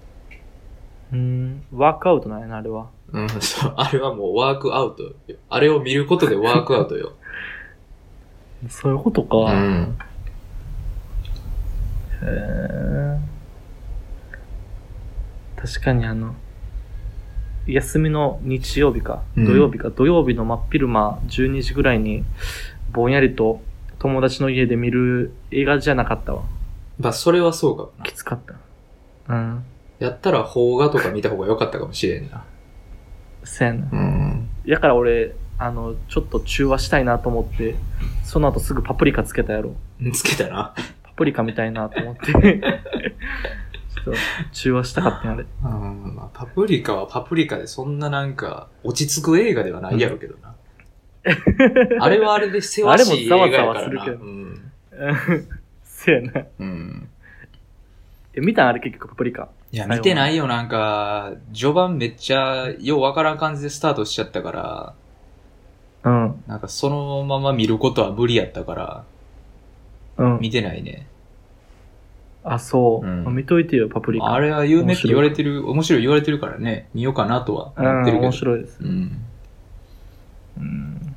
Speaker 2: うん。ワークアウトなんやな、あれは。
Speaker 1: うん、そう。あれはもうワークアウトよ。あれを見ることでワークアウトよ。
Speaker 2: そういうことか。
Speaker 1: うん。
Speaker 2: へー確かにあの、休みの日曜日か、
Speaker 1: うん
Speaker 2: 土曜日か、土曜日の真っ昼間12時ぐらいに、ぼんやりと友達の家で見る映画じゃなかったわ。
Speaker 1: まあ、それはそうかもな。
Speaker 2: きつかった。うん。
Speaker 1: やったら邦画とか見た方が良かったかもしれんな。
Speaker 2: せやな。
Speaker 1: うん。
Speaker 2: やから俺、あの、ちょっと中和したいなと思って、その後すぐパプリカつけたやろ。
Speaker 1: つけたな。
Speaker 2: パプリカみたいなと思って。
Speaker 1: [LAUGHS]
Speaker 2: ちょっと中和したかったんや、あれ。
Speaker 1: うん。まあ、パプリカはパプリカでそんななんか、落ち着く映画ではないやろうけどな。 [LAUGHS] あれはあれで世話しい映画やからな。
Speaker 2: あれもざわざわするけど
Speaker 1: うん。
Speaker 2: うんせやな。
Speaker 1: うん。
Speaker 2: え、見たんあれ結局パプリカ。
Speaker 1: いや、見てないよ、なんか、序盤めっちゃ、ようわからん感じでスタートしちゃったから、
Speaker 2: うん。
Speaker 1: なんかそのまま見ることは無理やったから、
Speaker 2: うん。
Speaker 1: 見てないね。
Speaker 2: あ、そう。
Speaker 1: うん
Speaker 2: 見といてよ、パプリカ。
Speaker 1: あれは有名って言われてる、面白い言われてるからね、見ようかなとは
Speaker 2: うん、
Speaker 1: 思ってるけど。
Speaker 2: 面白いです。
Speaker 1: うん。
Speaker 2: うん。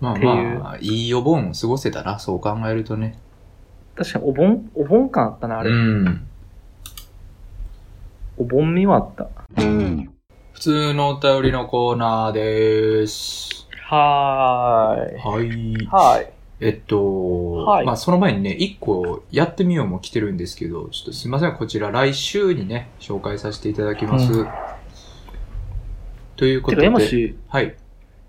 Speaker 1: まあまあ、いいお盆を過ごせたな、そう考えるとね。
Speaker 2: 確かにお盆、お盆感あったな、あれ。
Speaker 1: うん。
Speaker 2: お盆見はあった。
Speaker 1: 普通のお便りのコーナーでーす。
Speaker 2: はーい。
Speaker 1: はい。
Speaker 2: はーい。
Speaker 1: えっと、
Speaker 2: はい
Speaker 1: まあその前にね、一個やってみようも来てるんですけど、ちょっとすいません、こちら来週にね、紹介させていただきます。
Speaker 2: う
Speaker 1: ということ
Speaker 2: てか、
Speaker 1: で、
Speaker 2: 山氏、
Speaker 1: はい。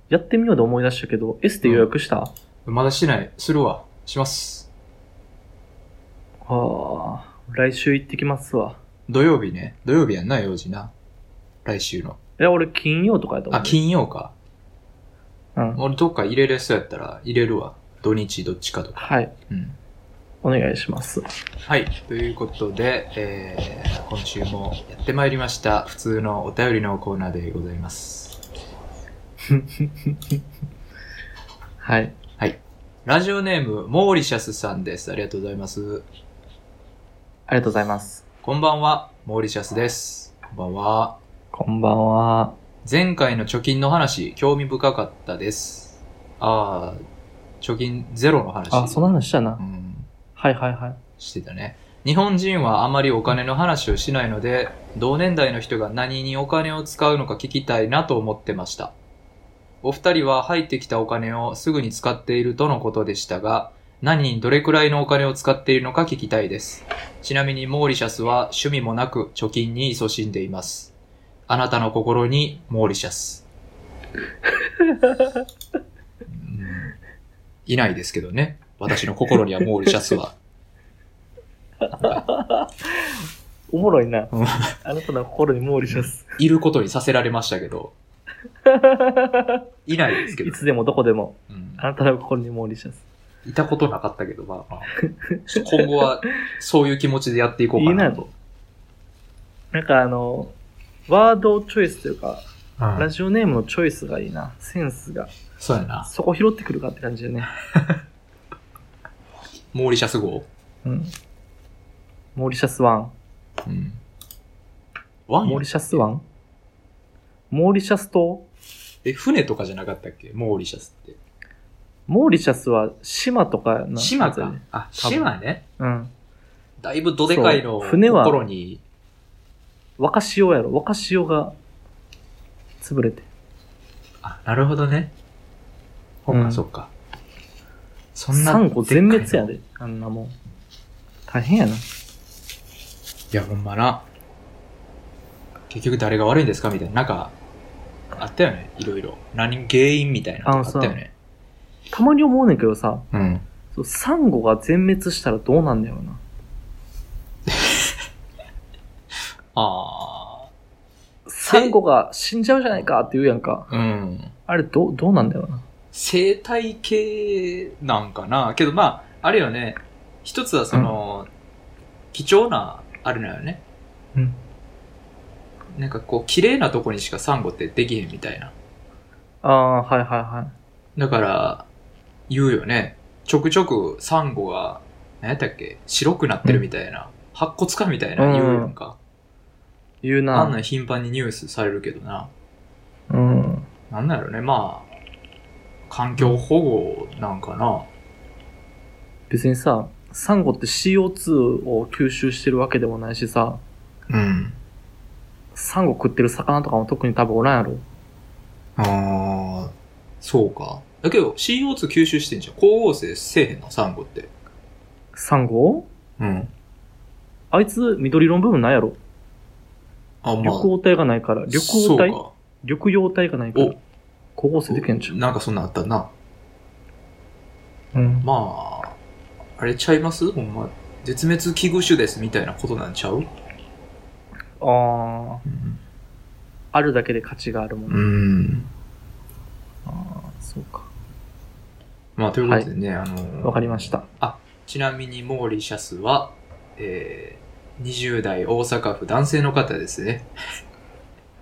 Speaker 2: やってみようで思い出したけど、S で予約した、
Speaker 1: まだしてない。するわ。します。
Speaker 2: はー来週行ってきますわ。
Speaker 1: 土曜日ね。土曜日やんな、用事な。来週の。
Speaker 2: いや、俺金曜とかやと思う。
Speaker 1: あ、金曜か。
Speaker 2: うん。
Speaker 1: 俺どっか入れれそうやったら入れるわ。土日どっちかとか。
Speaker 2: はい。
Speaker 1: うん。
Speaker 2: お願いします。
Speaker 1: はい。ということで、えー、今週もやってまいりました。普通のお便りのコーナーでございます。
Speaker 2: はい。
Speaker 1: ラジオネーム、モーリシャスさんです。ありがとうございます。
Speaker 2: ありがとうございます。
Speaker 1: こんばんは、モーリシャスです。こんばんは。
Speaker 2: こんばんは。
Speaker 1: 前回の貯金の話、興味深かったです。あー、貯金ゼロの話。
Speaker 2: あ、そんな話したな。
Speaker 1: うん。
Speaker 2: はいはいはい。
Speaker 1: してたね。日本人はあまりお金の話をしないので、同年代の人が何にお金を使うのか聞きたいなと思ってました。お二人は入ってきたお金をすぐに使っているとのことでしたが、何にどれくらいのお金を使っているのか聞きたいです。ちなみにモーリシャスは趣味もなく貯金に勤しんでいます。あなたの心にモーリシャス。うんいないですけどね。私の心にはモーリシャスは。
Speaker 2: おもろいな
Speaker 1: うん。
Speaker 2: あなたの心に毛利します。
Speaker 1: いることにさせられましたけど、いないですけど、
Speaker 2: いつでもどこでも、
Speaker 1: うん
Speaker 2: あなたの心に毛利します。
Speaker 1: いたことなかったけど、まあまあ、ちょっと今後はそういう気持ちでやっていこうかなと。
Speaker 2: なんかあの、ワードチョイスというか、
Speaker 1: うん
Speaker 2: ラジオネームのチョイスがいいな。センスが。
Speaker 1: そうやな。
Speaker 2: そこ拾ってくるかって感じだね。
Speaker 1: モーリシャス号。
Speaker 2: うん。モーリシャスワン。
Speaker 1: うん。ワン
Speaker 2: モー
Speaker 1: や
Speaker 2: リシャスワンモーリシャス島
Speaker 1: え、船とかじゃなかったっけモーリシャスって。
Speaker 2: モーリシャスは島とかやな。
Speaker 1: 島
Speaker 2: だ
Speaker 1: か
Speaker 2: ね。
Speaker 1: あ、
Speaker 2: 多分
Speaker 1: 島ね。
Speaker 2: うん。
Speaker 1: だいぶどでかいのを
Speaker 2: そう船は
Speaker 1: 心に、
Speaker 2: 若潮やろ。若潮が潰れて。
Speaker 1: あ、なるほどね。そっ
Speaker 2: う
Speaker 1: か、
Speaker 2: ん
Speaker 1: そっか。そんな。
Speaker 2: サンゴ全滅や。で。あんなもん。大変やな。
Speaker 1: いや、ほんまな。結局誰が悪いんですかみたいな。なんか、あったよねいろいろ何原因みたいなのあ
Speaker 2: あ
Speaker 1: っ
Speaker 2: そ
Speaker 1: た
Speaker 2: う
Speaker 1: よね
Speaker 2: たまに思うねんけどさ、
Speaker 1: うん
Speaker 2: そうサンゴが全滅したらどうなんだよな。
Speaker 1: あ
Speaker 2: サンゴが死んじゃうじゃないかって言うやんか。
Speaker 1: あうん
Speaker 2: あれ、どう、どうなんだよな。
Speaker 1: 生態系なんかなけどまああれよね一つはその、貴重なあれなよね
Speaker 2: うん
Speaker 1: なんかこう綺麗なとこにしかサンゴってできへんみたいな
Speaker 2: ああ、はいはいはい。
Speaker 1: だから言うよねちょくちょくサンゴが何やったっけ白くなってるみたいな、白骨化みたいな言うやんか、
Speaker 2: 言う
Speaker 1: あん
Speaker 2: な。
Speaker 1: なん頻繁にニュースされるけどな
Speaker 2: うん。
Speaker 1: なんだろうねまあ環境保護なんかな
Speaker 2: 別にさ、サンゴって CO2 を吸収してるわけでもないしさ、
Speaker 1: うん
Speaker 2: サンゴ食ってる魚とかも特に多分おらんやろ。
Speaker 1: ああ、そうか。だけど CO2 吸収してんじゃん。光合成せえへんの、サンゴって。
Speaker 2: サンゴ
Speaker 1: うん。
Speaker 2: あいつ緑色の部分ないやろ。
Speaker 1: あ、まあ、
Speaker 2: 緑黄体がないから。緑
Speaker 1: そ
Speaker 2: 黄
Speaker 1: う
Speaker 2: 体
Speaker 1: か
Speaker 2: 緑葉体がないから。光合成できへんじゃ
Speaker 1: お、なんかそんなんあったな。
Speaker 2: ん。うん。
Speaker 1: まあ、あれちゃいますほんま。絶滅危惧種ですみたいなことなんちゃう
Speaker 2: ああ、
Speaker 1: うん。
Speaker 2: あるだけで価値があるもん。
Speaker 1: ん。
Speaker 2: ああ、そうか。
Speaker 1: まあ、ということでね、あのー
Speaker 2: わかりました。
Speaker 1: ちなみにモーリシャスは、えー、20代大阪府男性の方ですね。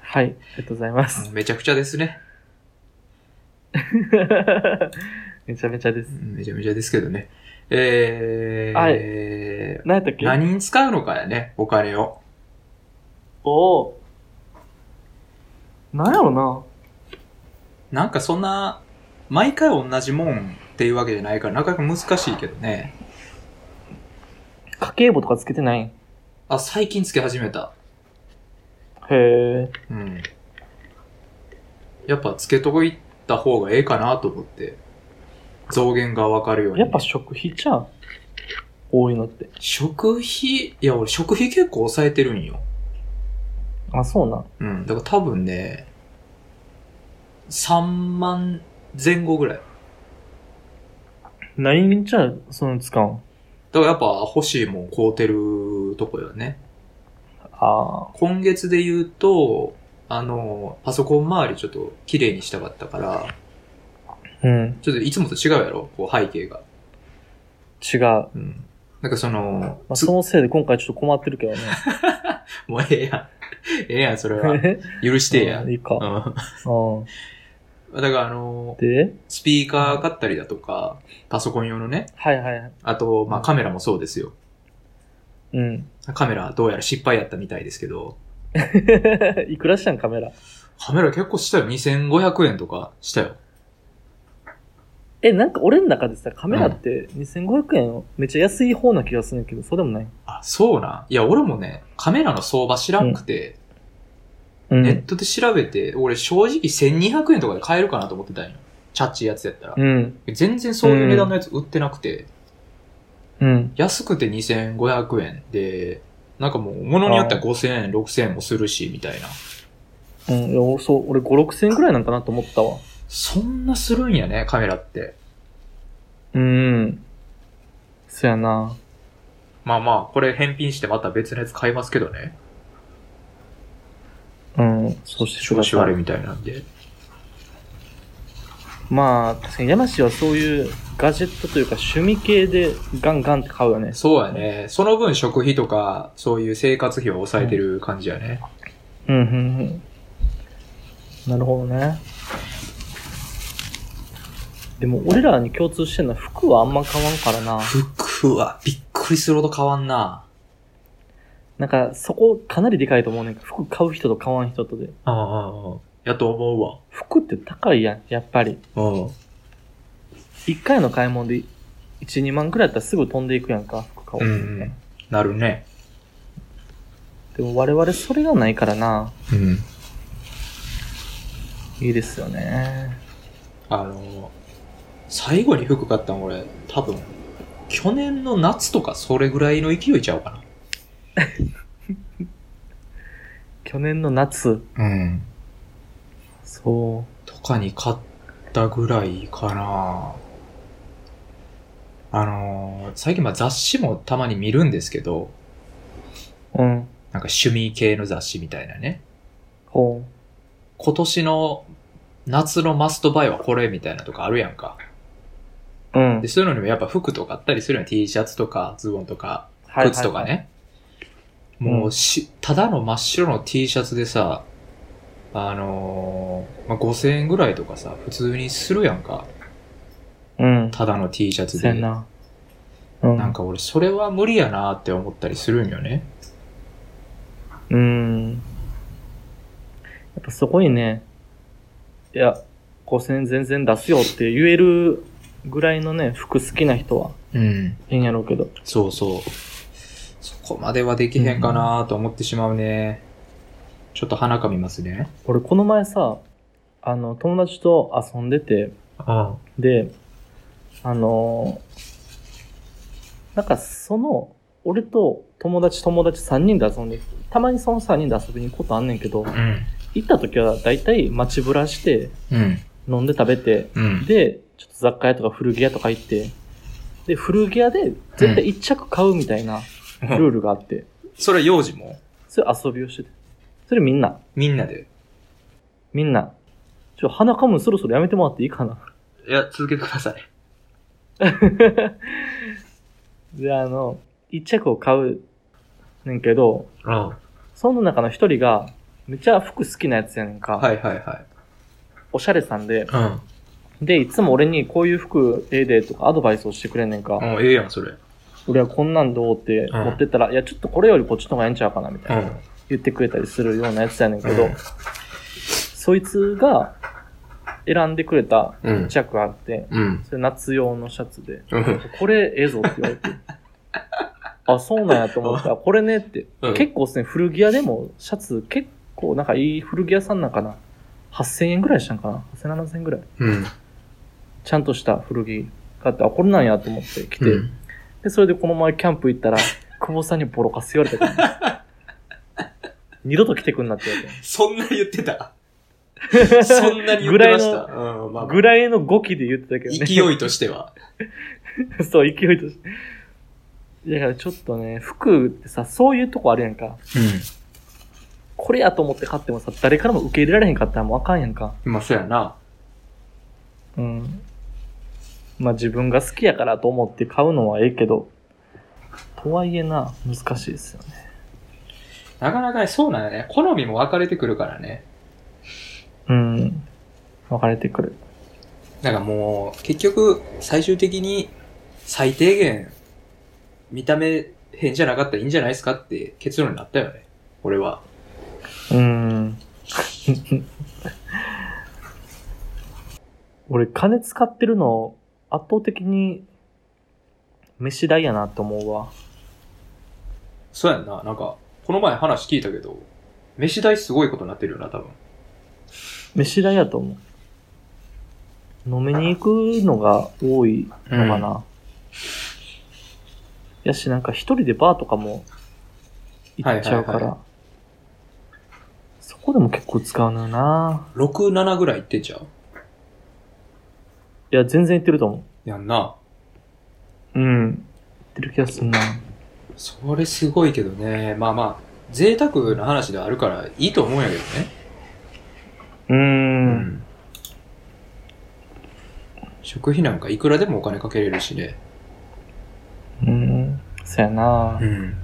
Speaker 2: はい。ありがとうございます。 [LAUGHS]
Speaker 1: めちゃくちゃですね。
Speaker 2: めちゃめちゃです。
Speaker 1: めちゃめちゃですけどね。えー、
Speaker 2: はい
Speaker 1: えー
Speaker 2: 何やったっけ
Speaker 1: 何に使うのかやね、お金を。
Speaker 2: おーなんやろな。
Speaker 1: なんかそんな、毎回同じもんっていうわけじゃないから、なかなか難しいけどね。
Speaker 2: 家計簿とかつけてないんへ
Speaker 1: あ、最近つけ始めた。
Speaker 2: え。
Speaker 1: うん。やっぱつけとこいった方がええかなと思って。増減がわかるように。
Speaker 2: やっぱ食費じゃん。多いのって。
Speaker 1: 食費、いや俺食費結構抑えてるんよ。
Speaker 2: あ、そうなん。
Speaker 1: うん。だから多分ね、3万前後ぐらい。
Speaker 2: 何にじゃあ、その使うん
Speaker 1: だからやっぱ欲しいもん買うてるとこよね。
Speaker 2: あ
Speaker 1: 今月で言うと、あの、パソコン周りちょっと綺麗にしたかったから、
Speaker 2: あ、うん。
Speaker 1: ちょっといつもと違うやろこう背景が。
Speaker 2: 違う。ま
Speaker 1: うん。なんかその、
Speaker 2: あ、
Speaker 1: つ
Speaker 2: そのせいで今回ちょっと困ってるけどね。
Speaker 1: もうええやん。 [LAUGHS] ええやん、それ
Speaker 2: [LAUGHS]
Speaker 1: は。許 [LAUGHS] してや。う
Speaker 2: いいか。うん。
Speaker 1: ん。だからあの、
Speaker 2: で、
Speaker 1: スピーカー買ったりだとか、パソコン用のね、
Speaker 2: はいはいはい。
Speaker 1: あと、まあカメラもそうですよ。
Speaker 2: うん。 [LAUGHS]
Speaker 1: カメラどうやら失敗やったみたいですけど、
Speaker 2: いくらしたんカメラ。
Speaker 1: カメラ結構したよ。2500円とかしたよ。
Speaker 2: え、なんか俺の中でさ、カメラって2500円めっちゃ安い方な気がするんだけど、そうでもない。
Speaker 1: あ、そうなん。いや、俺もね、カメラの相場知らんくて、
Speaker 2: うん。
Speaker 1: ネットで調べて、俺正直1200円とかで買えるかなと思ってたんよ。チャッチーやつやったら。
Speaker 2: うん。
Speaker 1: 全然そういう値段のやつ売ってなくて、
Speaker 2: うん。
Speaker 1: 安くて2500円で、なんかもう物によっては5000円、6000円もするし、みたいな。
Speaker 2: うん。いや俺そう、俺5、6千円くらいなんかなと思ったわ。
Speaker 1: そんなするんやね、カメラって。
Speaker 2: うん。そやな。
Speaker 1: まあまあ、これ返品してまた別のやつ買いますけどね。
Speaker 2: うん。そうしてく
Speaker 1: 調
Speaker 2: だ
Speaker 1: 子
Speaker 2: さ
Speaker 1: 悪い
Speaker 2: い。
Speaker 1: みたいなんで。
Speaker 2: まあ、確かに山氏はそういうガジェットというか趣味系でガンガンって買うよね。
Speaker 1: そうやね。その分食費とか、そういう生活費を抑えてる感じやね。
Speaker 2: うん、うん、うん。なるほどね。でも俺らに共通してるのは服はあんま買わんからな。
Speaker 1: 服はびっくりするほど変わんな。
Speaker 2: なんか、そこかなりでかいと思うねんか。服買う人と買わん人とで。
Speaker 1: うんうんうん。やと思うわ。
Speaker 2: 服って高いやん、やっぱり。
Speaker 1: うん。
Speaker 2: 一回の買い物で1、2万くらいやったらすぐ飛んでいくやんか、服買おうと思って。
Speaker 1: なるね。
Speaker 2: でも我々それがないからな。
Speaker 1: うん。
Speaker 2: いいですよね。
Speaker 1: あの、最後に服買ったの俺、多分、去年の夏とかそれぐらいの勢いちゃうか
Speaker 2: 去年の夏、
Speaker 1: な。うん。
Speaker 2: そ
Speaker 1: とかに買ったぐらいかな。あのー最近まあ雑誌もたまに見るんですけど、
Speaker 2: う。うん。
Speaker 1: なんか趣味系の雑誌みたいなね。
Speaker 2: ほ
Speaker 1: 今年の夏のマストバイはこれみたいなとかあるやんか。
Speaker 2: う。うん
Speaker 1: で、。そういうのにもやっぱ服とかあったりするやん。T シャツとかズボンとか靴とかね。もうし、ただの真っ白の T シャツでさ、あのーまあ、5000円ぐらいとかさ、普通にするやんか。
Speaker 2: はいはいはい。うん。
Speaker 1: ただの T シャツ
Speaker 2: せ
Speaker 1: で。
Speaker 2: や
Speaker 1: な
Speaker 2: な。うん。
Speaker 1: んか俺、それは無理やなって思ったりするんよね。
Speaker 2: うん。やっぱそこにね、いや、5000円全然出すよって言えるぐらいのね、服好きな人は
Speaker 1: うん。
Speaker 2: いいんやろうけど。
Speaker 1: そうそう。そこまではできへんかなと思ってしまうね。ちょっと鼻かみますね。
Speaker 2: 俺この前さ、あの、友達と遊んでて、
Speaker 1: うん。
Speaker 2: で、あのーなんかその、俺と友達友達3人で遊んで、たまにその3人で遊びに行くことあんねんけど、
Speaker 1: うん。
Speaker 2: 行った時は大体街ぶらして、
Speaker 1: うん。
Speaker 2: 飲んで食べて、
Speaker 1: うん。
Speaker 2: で、ちょっと雑貨屋とか古着屋とか行って、で、古着屋で絶対1着買うみたいなルールがあって、
Speaker 1: それ幼児も
Speaker 2: それ遊びをしてて。それみんな、
Speaker 1: みんなで。
Speaker 2: みんな、ちょ、鼻かむのそろそろやめてもらっていいかな。
Speaker 1: いや、続けてください。
Speaker 2: [LAUGHS] で、あの、一着を買うねんけど、
Speaker 1: うん。は
Speaker 2: その中の一人が、めっちゃ服好きなやつやねんか、
Speaker 1: いはいはい。
Speaker 2: おしゃれさんで、
Speaker 1: うん。
Speaker 2: で、いつも俺にこういう服ええでとかアドバイスをしてくれんねんか、
Speaker 1: うん、ええやん、それ。
Speaker 2: 俺はこんなんどうって
Speaker 1: うん
Speaker 2: 持ってったら、いや、ちょっとこれよりこっちの方がええんちゃうかなみた
Speaker 1: う
Speaker 2: いな、
Speaker 1: ん。
Speaker 2: 言ってくれたりするようなやつやねんけど、
Speaker 1: うん
Speaker 2: そいつが選んでくれた
Speaker 1: うん
Speaker 2: 一。着があって、
Speaker 1: うん。
Speaker 2: それ夏用のシャツで、
Speaker 1: うん。
Speaker 2: これええぞって言われ
Speaker 1: [LAUGHS]
Speaker 2: て。あ、そうなんやと思った。これねって。
Speaker 1: うん
Speaker 2: 結構ですね、古着屋でもシャツ結構なんかいい古着屋さんなんかな。8000円ぐらいしたんかな ?8000、7000円ぐらい。
Speaker 1: うん。
Speaker 2: ちゃんとした古着買って、あ、これなんやと思って来て。
Speaker 1: うん
Speaker 2: で、それでこの前キャンプ
Speaker 1: [LAUGHS]
Speaker 2: 行ったら、久保さんにボロカス言われたから。二度と来てくんなって言われて。
Speaker 1: そんな言ってた。そんなに言ってました。うん、まあ、
Speaker 2: ぐらいの語気で言ってたけどね。
Speaker 1: 勢いとしては。
Speaker 2: [LAUGHS] そう、勢いとして。だからちょっとね、服ってさ、そういうとこあるやんか。
Speaker 1: う
Speaker 2: これやと思って買ってもさ、誰からも受け入れられへんかったらもうあかんやんか。
Speaker 1: ん。まあ、そうやな。
Speaker 2: うん。まあ自分が好きやからと思って買うのはええけど、とはいえな、難しいですよね。
Speaker 1: なかなかねそうなんだね。好みも分かれてくるからね。
Speaker 2: うん。分かれてくる。
Speaker 1: なんかもう、結局、最終的に、最低限、見た目変じゃなかったらいいんじゃないですかって結論になったよね。俺は。
Speaker 2: うん。俺、金使ってるの、圧倒的に、飯代やなと思うわ。
Speaker 1: そうやんな。なんか、この前話聞いたけど、飯代すごいことになってるよな、多分。
Speaker 2: 飯代やと思う。飲みに行くのが多いのかな。やし、なんか一人でバーとかも行っちゃうから、
Speaker 1: はいはいは
Speaker 2: そこでも結構使うのよな。
Speaker 1: 6、7ぐらい行ってんちゃう
Speaker 2: いや、全然行ってると思
Speaker 1: やんな。
Speaker 2: う。うん。行ってる気がするな。
Speaker 1: それすごいけどね。まあまあ、贅沢な話ではあるからいいと思うんやけどね。
Speaker 2: うー。。
Speaker 1: うん食費なんかいくらでもお金かけれるしね。
Speaker 2: うん。そやな。
Speaker 1: ん。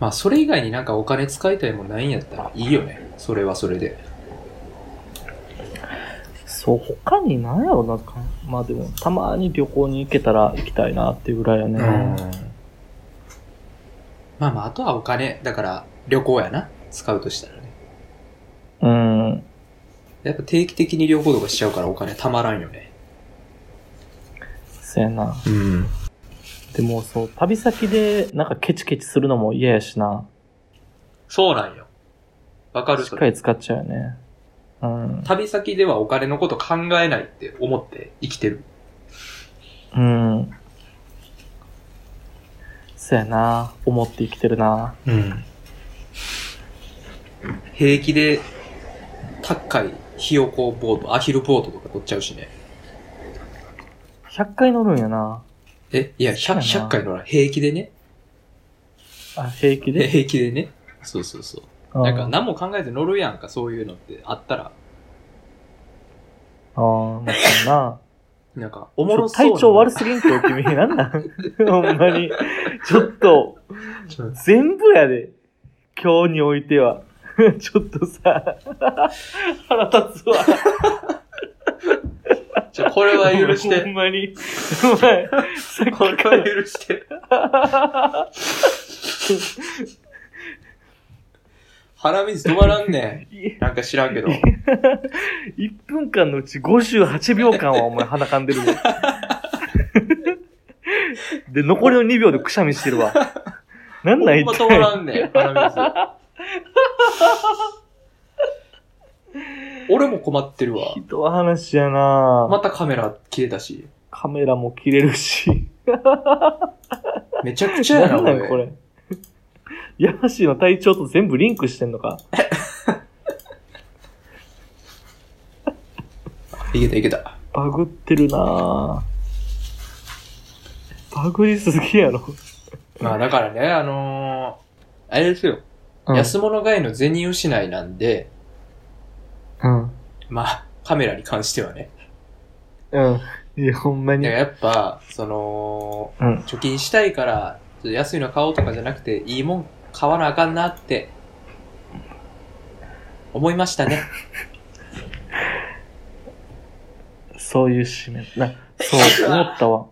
Speaker 1: まあ、それ以外になんかお金使いたいもんないんやったらいいよね。それはそれで。
Speaker 2: そう、他に何やろうな。かまあでも、たまに旅行に行けたら行きたいなっていうぐらいやね。
Speaker 1: まあまあ、あとはお金。だから、旅行やな。使うとしたらね。
Speaker 2: うん
Speaker 1: やっぱ定期的に旅行とかしちゃうからお金たまらんよね。
Speaker 2: そやな。
Speaker 1: うん。
Speaker 2: でもそう、旅先でなんかケチケチするのも嫌やしな。
Speaker 1: そうなんよ。わかる
Speaker 2: しっかり使っちゃうよね。うん。
Speaker 1: 旅先ではお金のこと考えないって思って生きてる。
Speaker 2: うん。そやな。思って生きてるな。
Speaker 1: うん。平気で高い飛ひよこボート、アヒルボートとか取っちゃうしね。
Speaker 2: 100回乗るんやな。
Speaker 1: え、いや、100,
Speaker 2: そうやな
Speaker 1: 100回乗らん平気でね。
Speaker 2: あ、平気で。
Speaker 1: 平気でね。そうそうそう。なんか
Speaker 2: あー
Speaker 1: 何も考えず乗るやんか、そういうのってあったら。
Speaker 2: あー、まあ、そうやな。
Speaker 1: なんか、おもろそう
Speaker 2: 体調悪
Speaker 1: そ
Speaker 2: すぎんと、君。なん [LAUGHS] なんほんまに。ちょっと、
Speaker 1: う。
Speaker 2: 全部やで。今日においては。 [LAUGHS] ちょっとさ、腹立つわ。
Speaker 1: ちょ、これは許し
Speaker 2: ほん
Speaker 1: て。
Speaker 2: まに。お前、さっき
Speaker 1: こ
Speaker 2: か
Speaker 1: れは
Speaker 2: ら。
Speaker 1: 許して。腹水止まらんねん。なんか知らんけど。
Speaker 2: 1分間のうち58秒間はお前鼻かんでるわ。で、残りの2秒でくしゃみしてるわ。なんなん
Speaker 1: ほん
Speaker 2: 一
Speaker 1: ま
Speaker 2: 体
Speaker 1: 止まらんねん、鼻水。俺も困ってるわ
Speaker 2: ひ。どい話やな、
Speaker 1: またカメラ消えたし。
Speaker 2: カメラも切れるし。
Speaker 1: めちゃくちゃやな、
Speaker 2: なんなん
Speaker 1: 俺。
Speaker 2: これ。ヤマシーの体調と全部リンクしてんのか
Speaker 1: いけたいけた。
Speaker 2: バグってるなバグりすぎやろ。
Speaker 1: まあだからね、あのー、あれですよ。
Speaker 2: うん
Speaker 1: 安物買いの銭失いなんで、
Speaker 2: うん。
Speaker 1: まあ、カメラに関してはね。
Speaker 2: うん。いや、ほんま
Speaker 1: い
Speaker 2: に。
Speaker 1: ややっぱ、その、
Speaker 2: うん。
Speaker 1: 貯金したいから、ちょっと安いの買おうとかじゃなくて、いいもん買わなあかんなって、思いました
Speaker 2: [LAUGHS]
Speaker 1: ね。
Speaker 2: そういう締め。な、そう、思ったわ。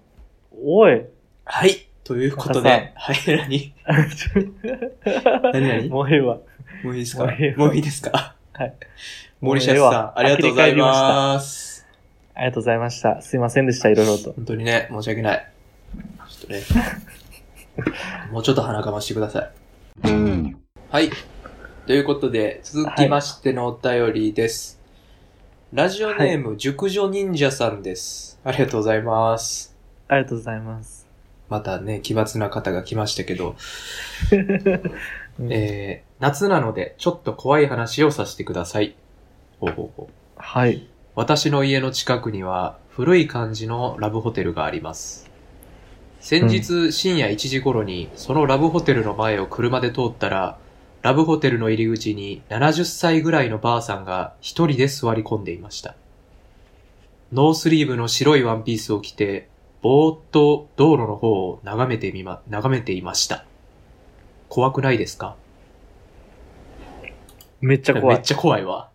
Speaker 2: おい。
Speaker 1: はい。ということで、はい、何何何
Speaker 2: もうええわ。
Speaker 1: もういいですか
Speaker 2: もういいよ
Speaker 1: もういいですか
Speaker 2: はい。
Speaker 1: 森シャス
Speaker 2: もうええ
Speaker 1: さ
Speaker 2: わ
Speaker 1: ん、ありがとうございます。
Speaker 2: ありがとうございました。すいませんでした、いろいろと。
Speaker 1: 本当にね、申し訳ない。ちょっとね、もうちょっと鼻かましてください。はい。ということで、続きましてのお便りです。ラジオネーム、熟女忍者さんです。ありがとうございます。
Speaker 2: ありがとうございます。
Speaker 1: またね、奇抜な方が来ましたけど、
Speaker 2: うん
Speaker 1: えー、夏なので、ちょっと怖い話をさせてください。ほうほうほう。
Speaker 2: はい。
Speaker 1: 私の家の近くには古い感じのラブホテルがあります。先日深夜1時頃にそのラブホテルの前を車で通ったら、ラブホテルの入り口に70歳ぐらいのばあさんが一人で座り込んでいました。ノースリーブの白いワンピースを着て、ぼーっと道路の方を眺めてみま、眺めていました。怖くないですか
Speaker 2: めっちゃ
Speaker 1: め
Speaker 2: 怖
Speaker 1: っ
Speaker 2: い。
Speaker 1: ちゃ怖いわ。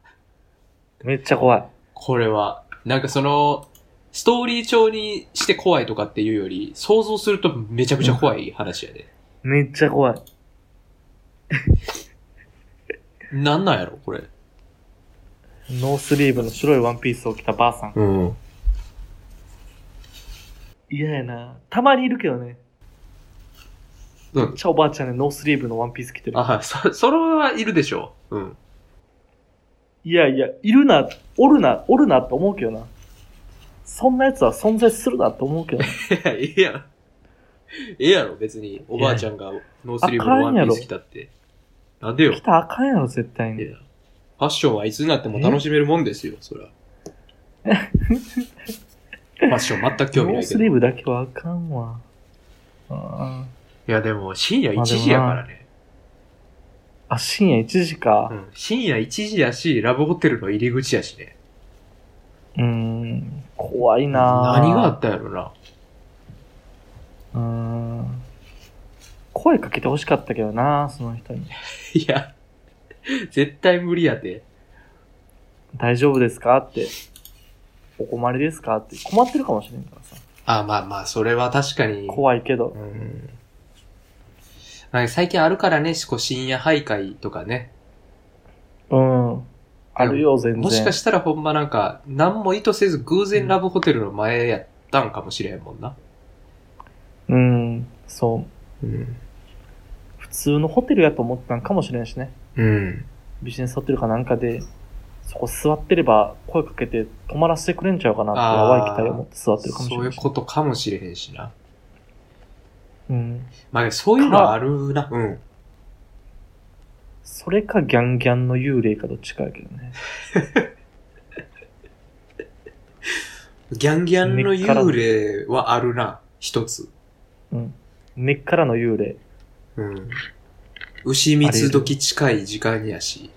Speaker 2: めっちゃ怖い。
Speaker 1: これは。なんかその、ストーリー調にして怖いとかっていうより、想像するとめちゃくちゃ怖い話やで。
Speaker 2: めっちゃ怖い。
Speaker 1: なんなんやろ、これ。
Speaker 2: ノースリーブの白いワンピースを着たばあさん。
Speaker 1: うん。
Speaker 2: 嫌やな。たまにいるけどね。
Speaker 1: うん
Speaker 2: めっちゃおばあちゃんでノースリーブのワンピース着てる。
Speaker 1: あ、そ、それはいるでしょう。うん。 [LAUGHS]
Speaker 2: いやいや、いるな、おるな、おるなと思うけどな。そんな奴は存在するなと思うけど
Speaker 1: [LAUGHS]
Speaker 2: な。
Speaker 1: いや、ええやん。ええやろ、別に。おばあちゃんがノースリーブのワンピース着たって。なんでよ。い
Speaker 2: 来たらあかんやろ、絶対に。
Speaker 1: や。ファッションはいつになっても楽しめるもんですよ、そら。ファッション全く興味
Speaker 2: ノ
Speaker 1: ない
Speaker 2: ー
Speaker 1: け
Speaker 2: ス
Speaker 1: ど。い
Speaker 2: リーブだけはあかんわ。あ
Speaker 1: や、でも深夜1時やからね。
Speaker 2: ーあ、深夜1時か。
Speaker 1: うん深夜1時やし、ラブホテルの入り口やしね。
Speaker 2: うーん、怖いなぁ
Speaker 1: 何があったやろな。 [LAUGHS]
Speaker 2: うーん。声かけて欲しかったけどなその人に。
Speaker 1: いや、絶対無理やて。
Speaker 2: 大丈夫ですかって。お困りですかって。困ってるかもしれんからさ。
Speaker 1: あ、まあまあ、それは確かに。
Speaker 2: 怖いけど
Speaker 1: う。ん。なんか最近あるからね、こう深夜徘徊とかね。
Speaker 2: うん。あるよ、全然。
Speaker 1: もしかしたらほんまなんか、何も意図せず偶然ラブホテルの前やったんかもしれんもんな。
Speaker 2: うん。そう。
Speaker 1: うん。
Speaker 2: 普通のホテルやと思ったんかもしれんしね。
Speaker 1: うん。
Speaker 2: ビジネスホテルかなんかで、そこ座ってれば声かけて泊まらせてくれんちゃうかなって
Speaker 1: あー
Speaker 2: 淡い期待を持って座ってるかもしれ
Speaker 1: そ
Speaker 2: な
Speaker 1: うい
Speaker 2: いう
Speaker 1: ことかもしれへんしな。
Speaker 2: うん。
Speaker 1: まあそういうのあるな。うん。
Speaker 2: それかギャンギャンの幽霊かどっちかやけどね。
Speaker 1: ギャンギャンの幽霊はあるな、一つ。
Speaker 2: 根っからの幽霊。
Speaker 1: うん。牛蜜時近い時間やし、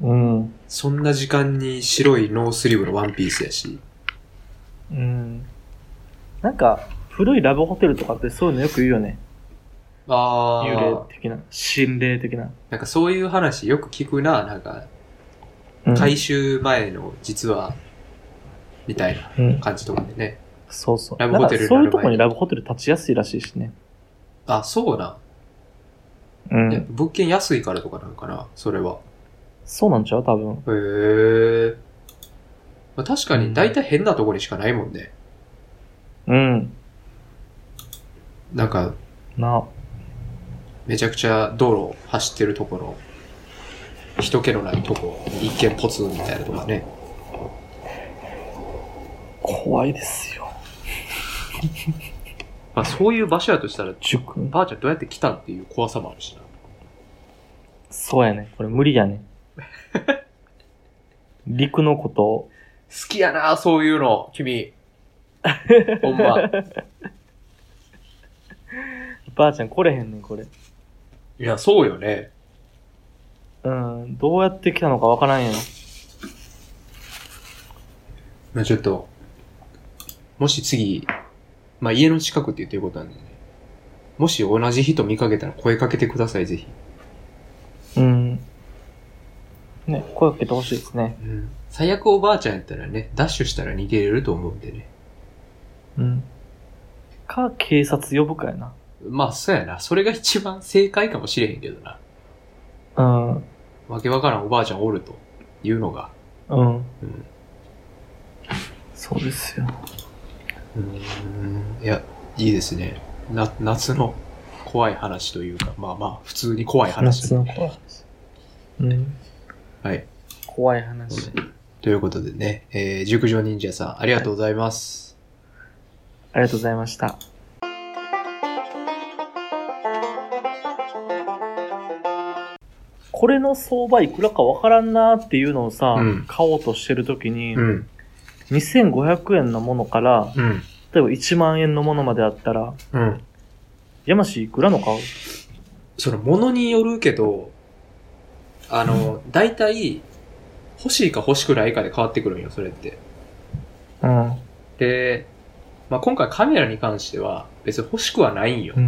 Speaker 2: うん。
Speaker 1: そんな時間に白いノースリーブのワンピースやし、
Speaker 2: うん。なんか、古いラブホテルとかってそういうのよく言うよね。
Speaker 1: あ
Speaker 2: 幽霊
Speaker 1: ー、
Speaker 2: 的な、心霊的な。
Speaker 1: なんかそういう話よく聞くな、なんか、
Speaker 2: うん
Speaker 1: 回収前の実は、みたいな
Speaker 2: うん。
Speaker 1: 感じとかでね。
Speaker 2: そうそう。
Speaker 1: ラブホテルに
Speaker 2: なんかそういうと
Speaker 1: なる前
Speaker 2: こ
Speaker 1: に
Speaker 2: にラブホテル立ちやすいらしいしね。
Speaker 1: あ、そうなん。
Speaker 2: う
Speaker 1: いや
Speaker 2: ん。
Speaker 1: 物件安いからとかなんかな、それは。
Speaker 2: そうなんちゃう多分。
Speaker 1: へえ。まあ、確か
Speaker 2: う
Speaker 1: に
Speaker 2: ん
Speaker 1: 大体変なとこにしかないもんね。
Speaker 2: うん。
Speaker 1: なんか、
Speaker 2: な
Speaker 1: めちゃくちゃ道路走ってるところ、人気のないとこ、一見ポツンみたいなとかね。
Speaker 2: 怖いですよ。
Speaker 1: まあそういう場所やとしたら、
Speaker 2: 塾。
Speaker 1: ばあちゃんどうやって来たっていう怖さもあるしな。
Speaker 2: そうやね。これ無理
Speaker 1: [LAUGHS]
Speaker 2: やね。陸のことを
Speaker 1: 好きやな、そういうの、君。ほん [LAUGHS] ま。
Speaker 2: [LAUGHS] ばあちゃん来れへんねん、これ。
Speaker 1: いや、そうよね。
Speaker 2: うん。どうやって来たのかわからんやん。
Speaker 1: まあちょっと、もし次、まあ家の近くって言ってることなんでね。もし同じ人見かけたら声かけてください、ぜひ。
Speaker 2: うん。ね、声かけてほしいですね。
Speaker 1: うん。最悪おばあちゃんやったらね、ダッシュしたら逃げれると思うんでね。
Speaker 2: うん。か、警察呼ぶかやな。
Speaker 1: まあ、そうやな。それが一番正解かもしれへんけどな。
Speaker 2: うん。う
Speaker 1: わけわからんおばあちゃんおるというのが。
Speaker 2: ん。そうですよ。
Speaker 1: うん。いや、いいですね。な、夏の怖い話というか、まあまあ、普通に怖い話
Speaker 2: 夏。の怖い話。うん。
Speaker 1: はい。
Speaker 2: 怖い話。
Speaker 1: ということでね、えー、熟女忍者さん、ありがとうございます。
Speaker 2: ありがとうございました。これの相場いくらかわからんなーっていうのをさ、
Speaker 1: うん
Speaker 2: 買おうとしてるときに、
Speaker 1: うん。
Speaker 2: 2500円のものから、
Speaker 1: うん。
Speaker 2: 例えば1万円のものまであったら、
Speaker 1: うん。
Speaker 2: 山氏いくらの買う
Speaker 1: その、ものによるけど、あの、大体、欲しいか欲しくないかで変わってくるんよ、それって。
Speaker 2: うん。
Speaker 1: で、まあ、今回カメラに関しては、別に欲しくはないんよ。
Speaker 2: うん。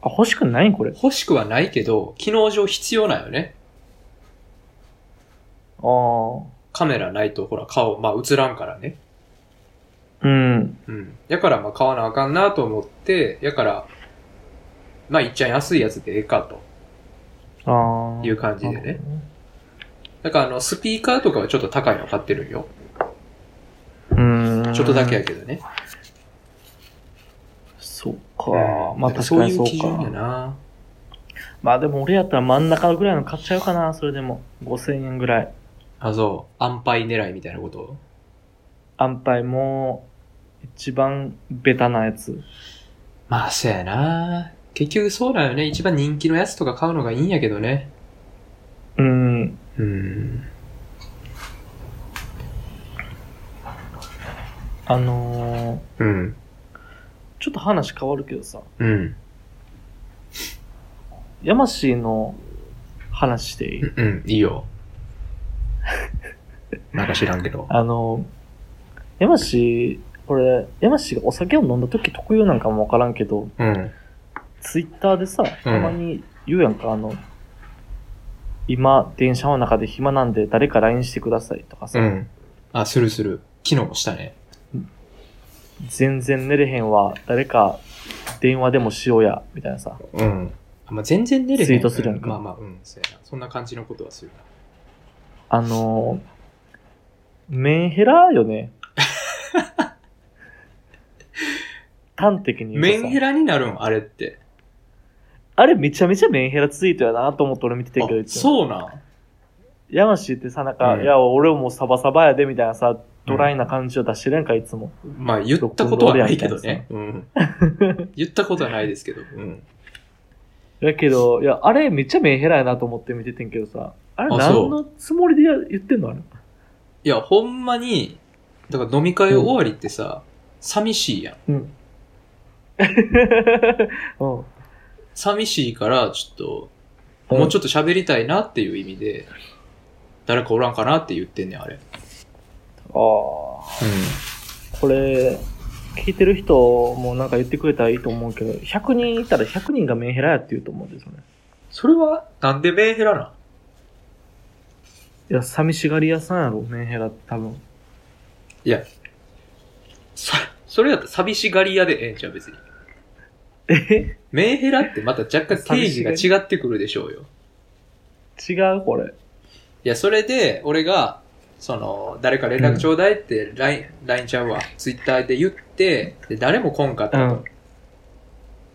Speaker 2: あ、欲しくないんこれ。あ
Speaker 1: 欲しくはないけど、機能上必要なんよね。
Speaker 2: あ。
Speaker 1: カメラないと、ほら、顔、まあ、映らんからね。
Speaker 2: うん。
Speaker 1: うん。やから、まあ、買わなあかんなと思って、やから、まあ、いっちゃん安いやつでええかと。
Speaker 2: ああ。
Speaker 1: いう感じでね。だから、あの、スピーカーとかはちょっと高いの買ってるんよ。
Speaker 2: うん。
Speaker 1: ちょっとだけや。けどね。
Speaker 2: そう
Speaker 1: あ
Speaker 2: か。
Speaker 1: あ
Speaker 2: まあ確かにそう
Speaker 1: そういう基準や
Speaker 2: か。
Speaker 1: な。
Speaker 2: まあでも俺やったら真ん中ぐらいの買っちゃうかな、それでも。5000円ぐらい。
Speaker 1: あ、そう。安牌狙いみたいなこと
Speaker 2: 安牌も、一番ベタなやつ。
Speaker 1: まあ、そうやな。結局そうだよね。一番人気のやつとか買うのがいいんやけどね。
Speaker 2: うん。
Speaker 1: うん。
Speaker 2: あの
Speaker 1: う
Speaker 2: ー、
Speaker 1: ん。
Speaker 2: ちょっと話変わるけどさ、
Speaker 1: うん。
Speaker 2: 山氏の話でいい
Speaker 1: うん。いいよ。 [LAUGHS] なんか知らんけど。
Speaker 2: あの、山氏、これ、山氏がお酒を飲んだ時特有なんかもわからんけど、
Speaker 1: うん。
Speaker 2: ツイッターでさ、たまに言うやんか、あの、今、電車の中で暇なんで誰か LINE してくださいとかさ、
Speaker 1: うん。あ、するする。昨日もしたね。
Speaker 2: 全然寝れへんわ、誰か電話でもしようや、みたいなさ。
Speaker 1: うん。まあ、全然寝れへん。
Speaker 2: ツイートするやんか
Speaker 1: まあまあ、うん。そうやな。そんな感じのことはするな。
Speaker 2: あのー、メンヘラ
Speaker 1: [LAUGHS]
Speaker 2: よね。端的に
Speaker 1: メ
Speaker 2: 言うとさ。
Speaker 1: ンヘラになるんあれって。
Speaker 2: あれめちゃめちゃメンヘラツイートやなと思って俺見ててんけど、
Speaker 1: あ
Speaker 2: いつも
Speaker 1: そうなん。
Speaker 2: ヤマシーってさ、なんか、
Speaker 1: うん
Speaker 2: いや、俺もサバサバやで、みたいなさ、ドライな感じを出してるやんか、いつも。
Speaker 1: まあ言ったことはないけどね。うん。
Speaker 2: [LAUGHS]
Speaker 1: 言ったことはないですけど。うん。
Speaker 2: だけど、いや、あれめっちゃメンヘラやなと思って見ててんけどさ、あれ
Speaker 1: あ
Speaker 2: 何のつもりでや言ってんのあれ。
Speaker 1: いや、ほんまに、だから飲み会終わりってさ、寂しいやん。
Speaker 2: うん。 [LAUGHS] うん。
Speaker 1: 寂しいから、ちょっと、
Speaker 2: うん
Speaker 1: もうちょっと喋りたいなっていう意味で、誰かおらんかなって言ってんねん、あれ。
Speaker 2: ああ、これ、聞いてる人もなんか言ってくれたらいいと思うけど、100人いたら100人がメンヘラやって言うと思うんですよね。
Speaker 1: それは、なんでメンヘラなん
Speaker 2: いや、寂しがり屋さんやろ、メンヘラって多分。
Speaker 1: さ、それだったら寂しがり屋でええんちゃう、別に。
Speaker 2: え
Speaker 1: メンヘラってまた若干定義が違ってくるでしょうよ。
Speaker 2: 違うこれ。
Speaker 1: いや、それで、俺が、その、誰か連絡ちょうだいって、LINE、LINE ちゃうわ、Twitter で言って、で、誰も来んかった。
Speaker 2: ん。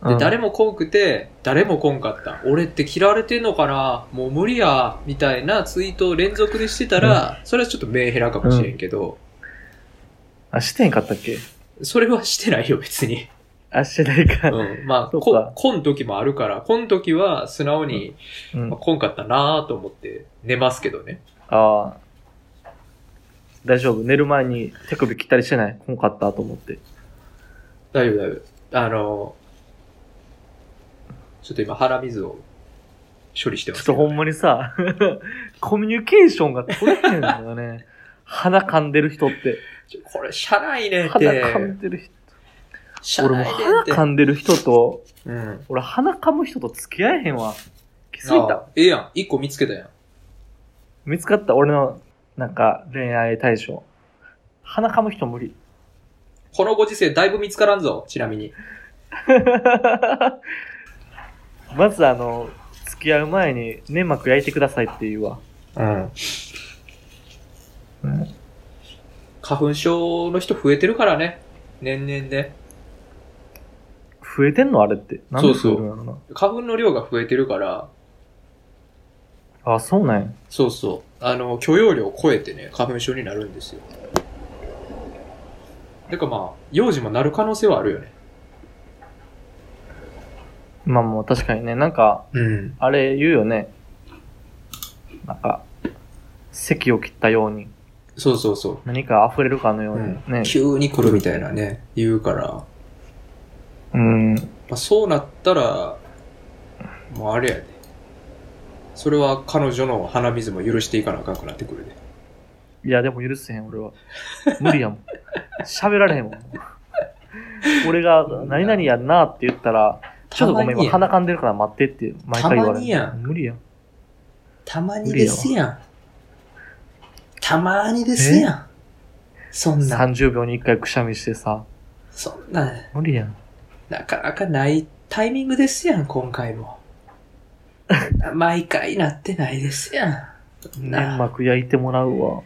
Speaker 1: で、誰も来んくて、誰も来んかった。俺って嫌われてんのかなもう無理や、みたいなツイートを連続でしてたら、それはちょっとメンヘラかもしれんけど、
Speaker 2: あ、してんかったっけ
Speaker 1: それはしてないよ、別
Speaker 2: [LAUGHS]
Speaker 1: に。
Speaker 2: あ、してないか。
Speaker 1: うん。まあ、
Speaker 2: そう
Speaker 1: こ
Speaker 2: か、
Speaker 1: 来ん時もあるから、来ん時は素直に、
Speaker 2: うん
Speaker 1: まあ、来んかったなぁと思って寝ますけどね。
Speaker 2: ああ。大丈夫。寝る前に手首切ったりしてない。こんかったと思って。
Speaker 1: 大丈夫、大丈夫。あの、ちょっと今鼻水を処理してま
Speaker 2: ちょっ
Speaker 1: すけ
Speaker 2: と
Speaker 1: ど。
Speaker 2: ほんまにさ、 [LAUGHS] コミュニケーションが取れへんのよ
Speaker 1: [LAUGHS]
Speaker 2: ね。鼻噛んでる人って。
Speaker 1: ちょこれ、車内ねっ
Speaker 2: 鼻
Speaker 1: て。
Speaker 2: 噛んでる人。
Speaker 1: 車
Speaker 2: 俺
Speaker 1: 内
Speaker 2: も
Speaker 1: ね
Speaker 2: 鼻
Speaker 1: って。
Speaker 2: 噛んでる人と、
Speaker 1: うん。
Speaker 2: 俺鼻噛む人と付き合えへんわ。気づい
Speaker 1: あ
Speaker 2: た。
Speaker 1: あええやん。一個見つけたやん。
Speaker 2: 見つかった俺の、なんか、恋愛対象。鼻噛む人無理。
Speaker 1: このご時世だいぶ見つからんぞ、ちなみに。
Speaker 2: まずあの、付き合う前に粘膜焼いてくださいって言うわ。
Speaker 1: うん。花粉症の人増えてるからね。年々ね。
Speaker 2: 増えてんのあれって。なんで増えるんやろな。
Speaker 1: 花粉の量が増えてるから、
Speaker 2: あ、そうなんや。
Speaker 1: そうそう。あの、許容量を超えてね、花粉症になるんですよ。だからまあ、幼児もなる可能性はあるよね。
Speaker 2: まあもう確かにね、なんか、
Speaker 1: うん。
Speaker 2: あれ言うよね。なんか、咳を切ったように、
Speaker 1: そうそうそう。
Speaker 2: 何か溢れるかのように
Speaker 1: うん
Speaker 2: ね。
Speaker 1: 急に来るみたいなね、言うから、ま
Speaker 2: うん。
Speaker 1: あ、そうなったら、もうあれやで、それは彼女の鼻水も許していかなあかんくなってくるで。
Speaker 2: いや、でも許せへん、俺は。無理やもん。喋られへんもん。俺が、何々やんなって言ったら、ちょっとごめん、今
Speaker 1: たま
Speaker 2: 鼻
Speaker 1: にや
Speaker 2: 噛んでるから待ってって毎回言われる。
Speaker 1: たまにやん
Speaker 2: 無理やん。
Speaker 1: たまにですやん。たまにですやん。そんな、
Speaker 2: 30秒に1回くしゃみしてさ、
Speaker 1: そんな、
Speaker 2: 無理やん。
Speaker 1: なかなかないタイミングですやん、今回
Speaker 2: [LAUGHS]
Speaker 1: も。毎回なってないですやん。
Speaker 2: 粘膜焼いてもらうわ。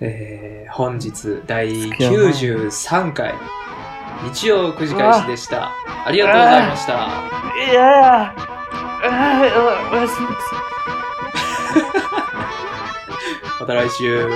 Speaker 1: えー本日第
Speaker 2: 好きやな
Speaker 1: 93回日曜9時開始でしたありがとうございました
Speaker 2: いやーあーおおやすみなさい
Speaker 1: また来週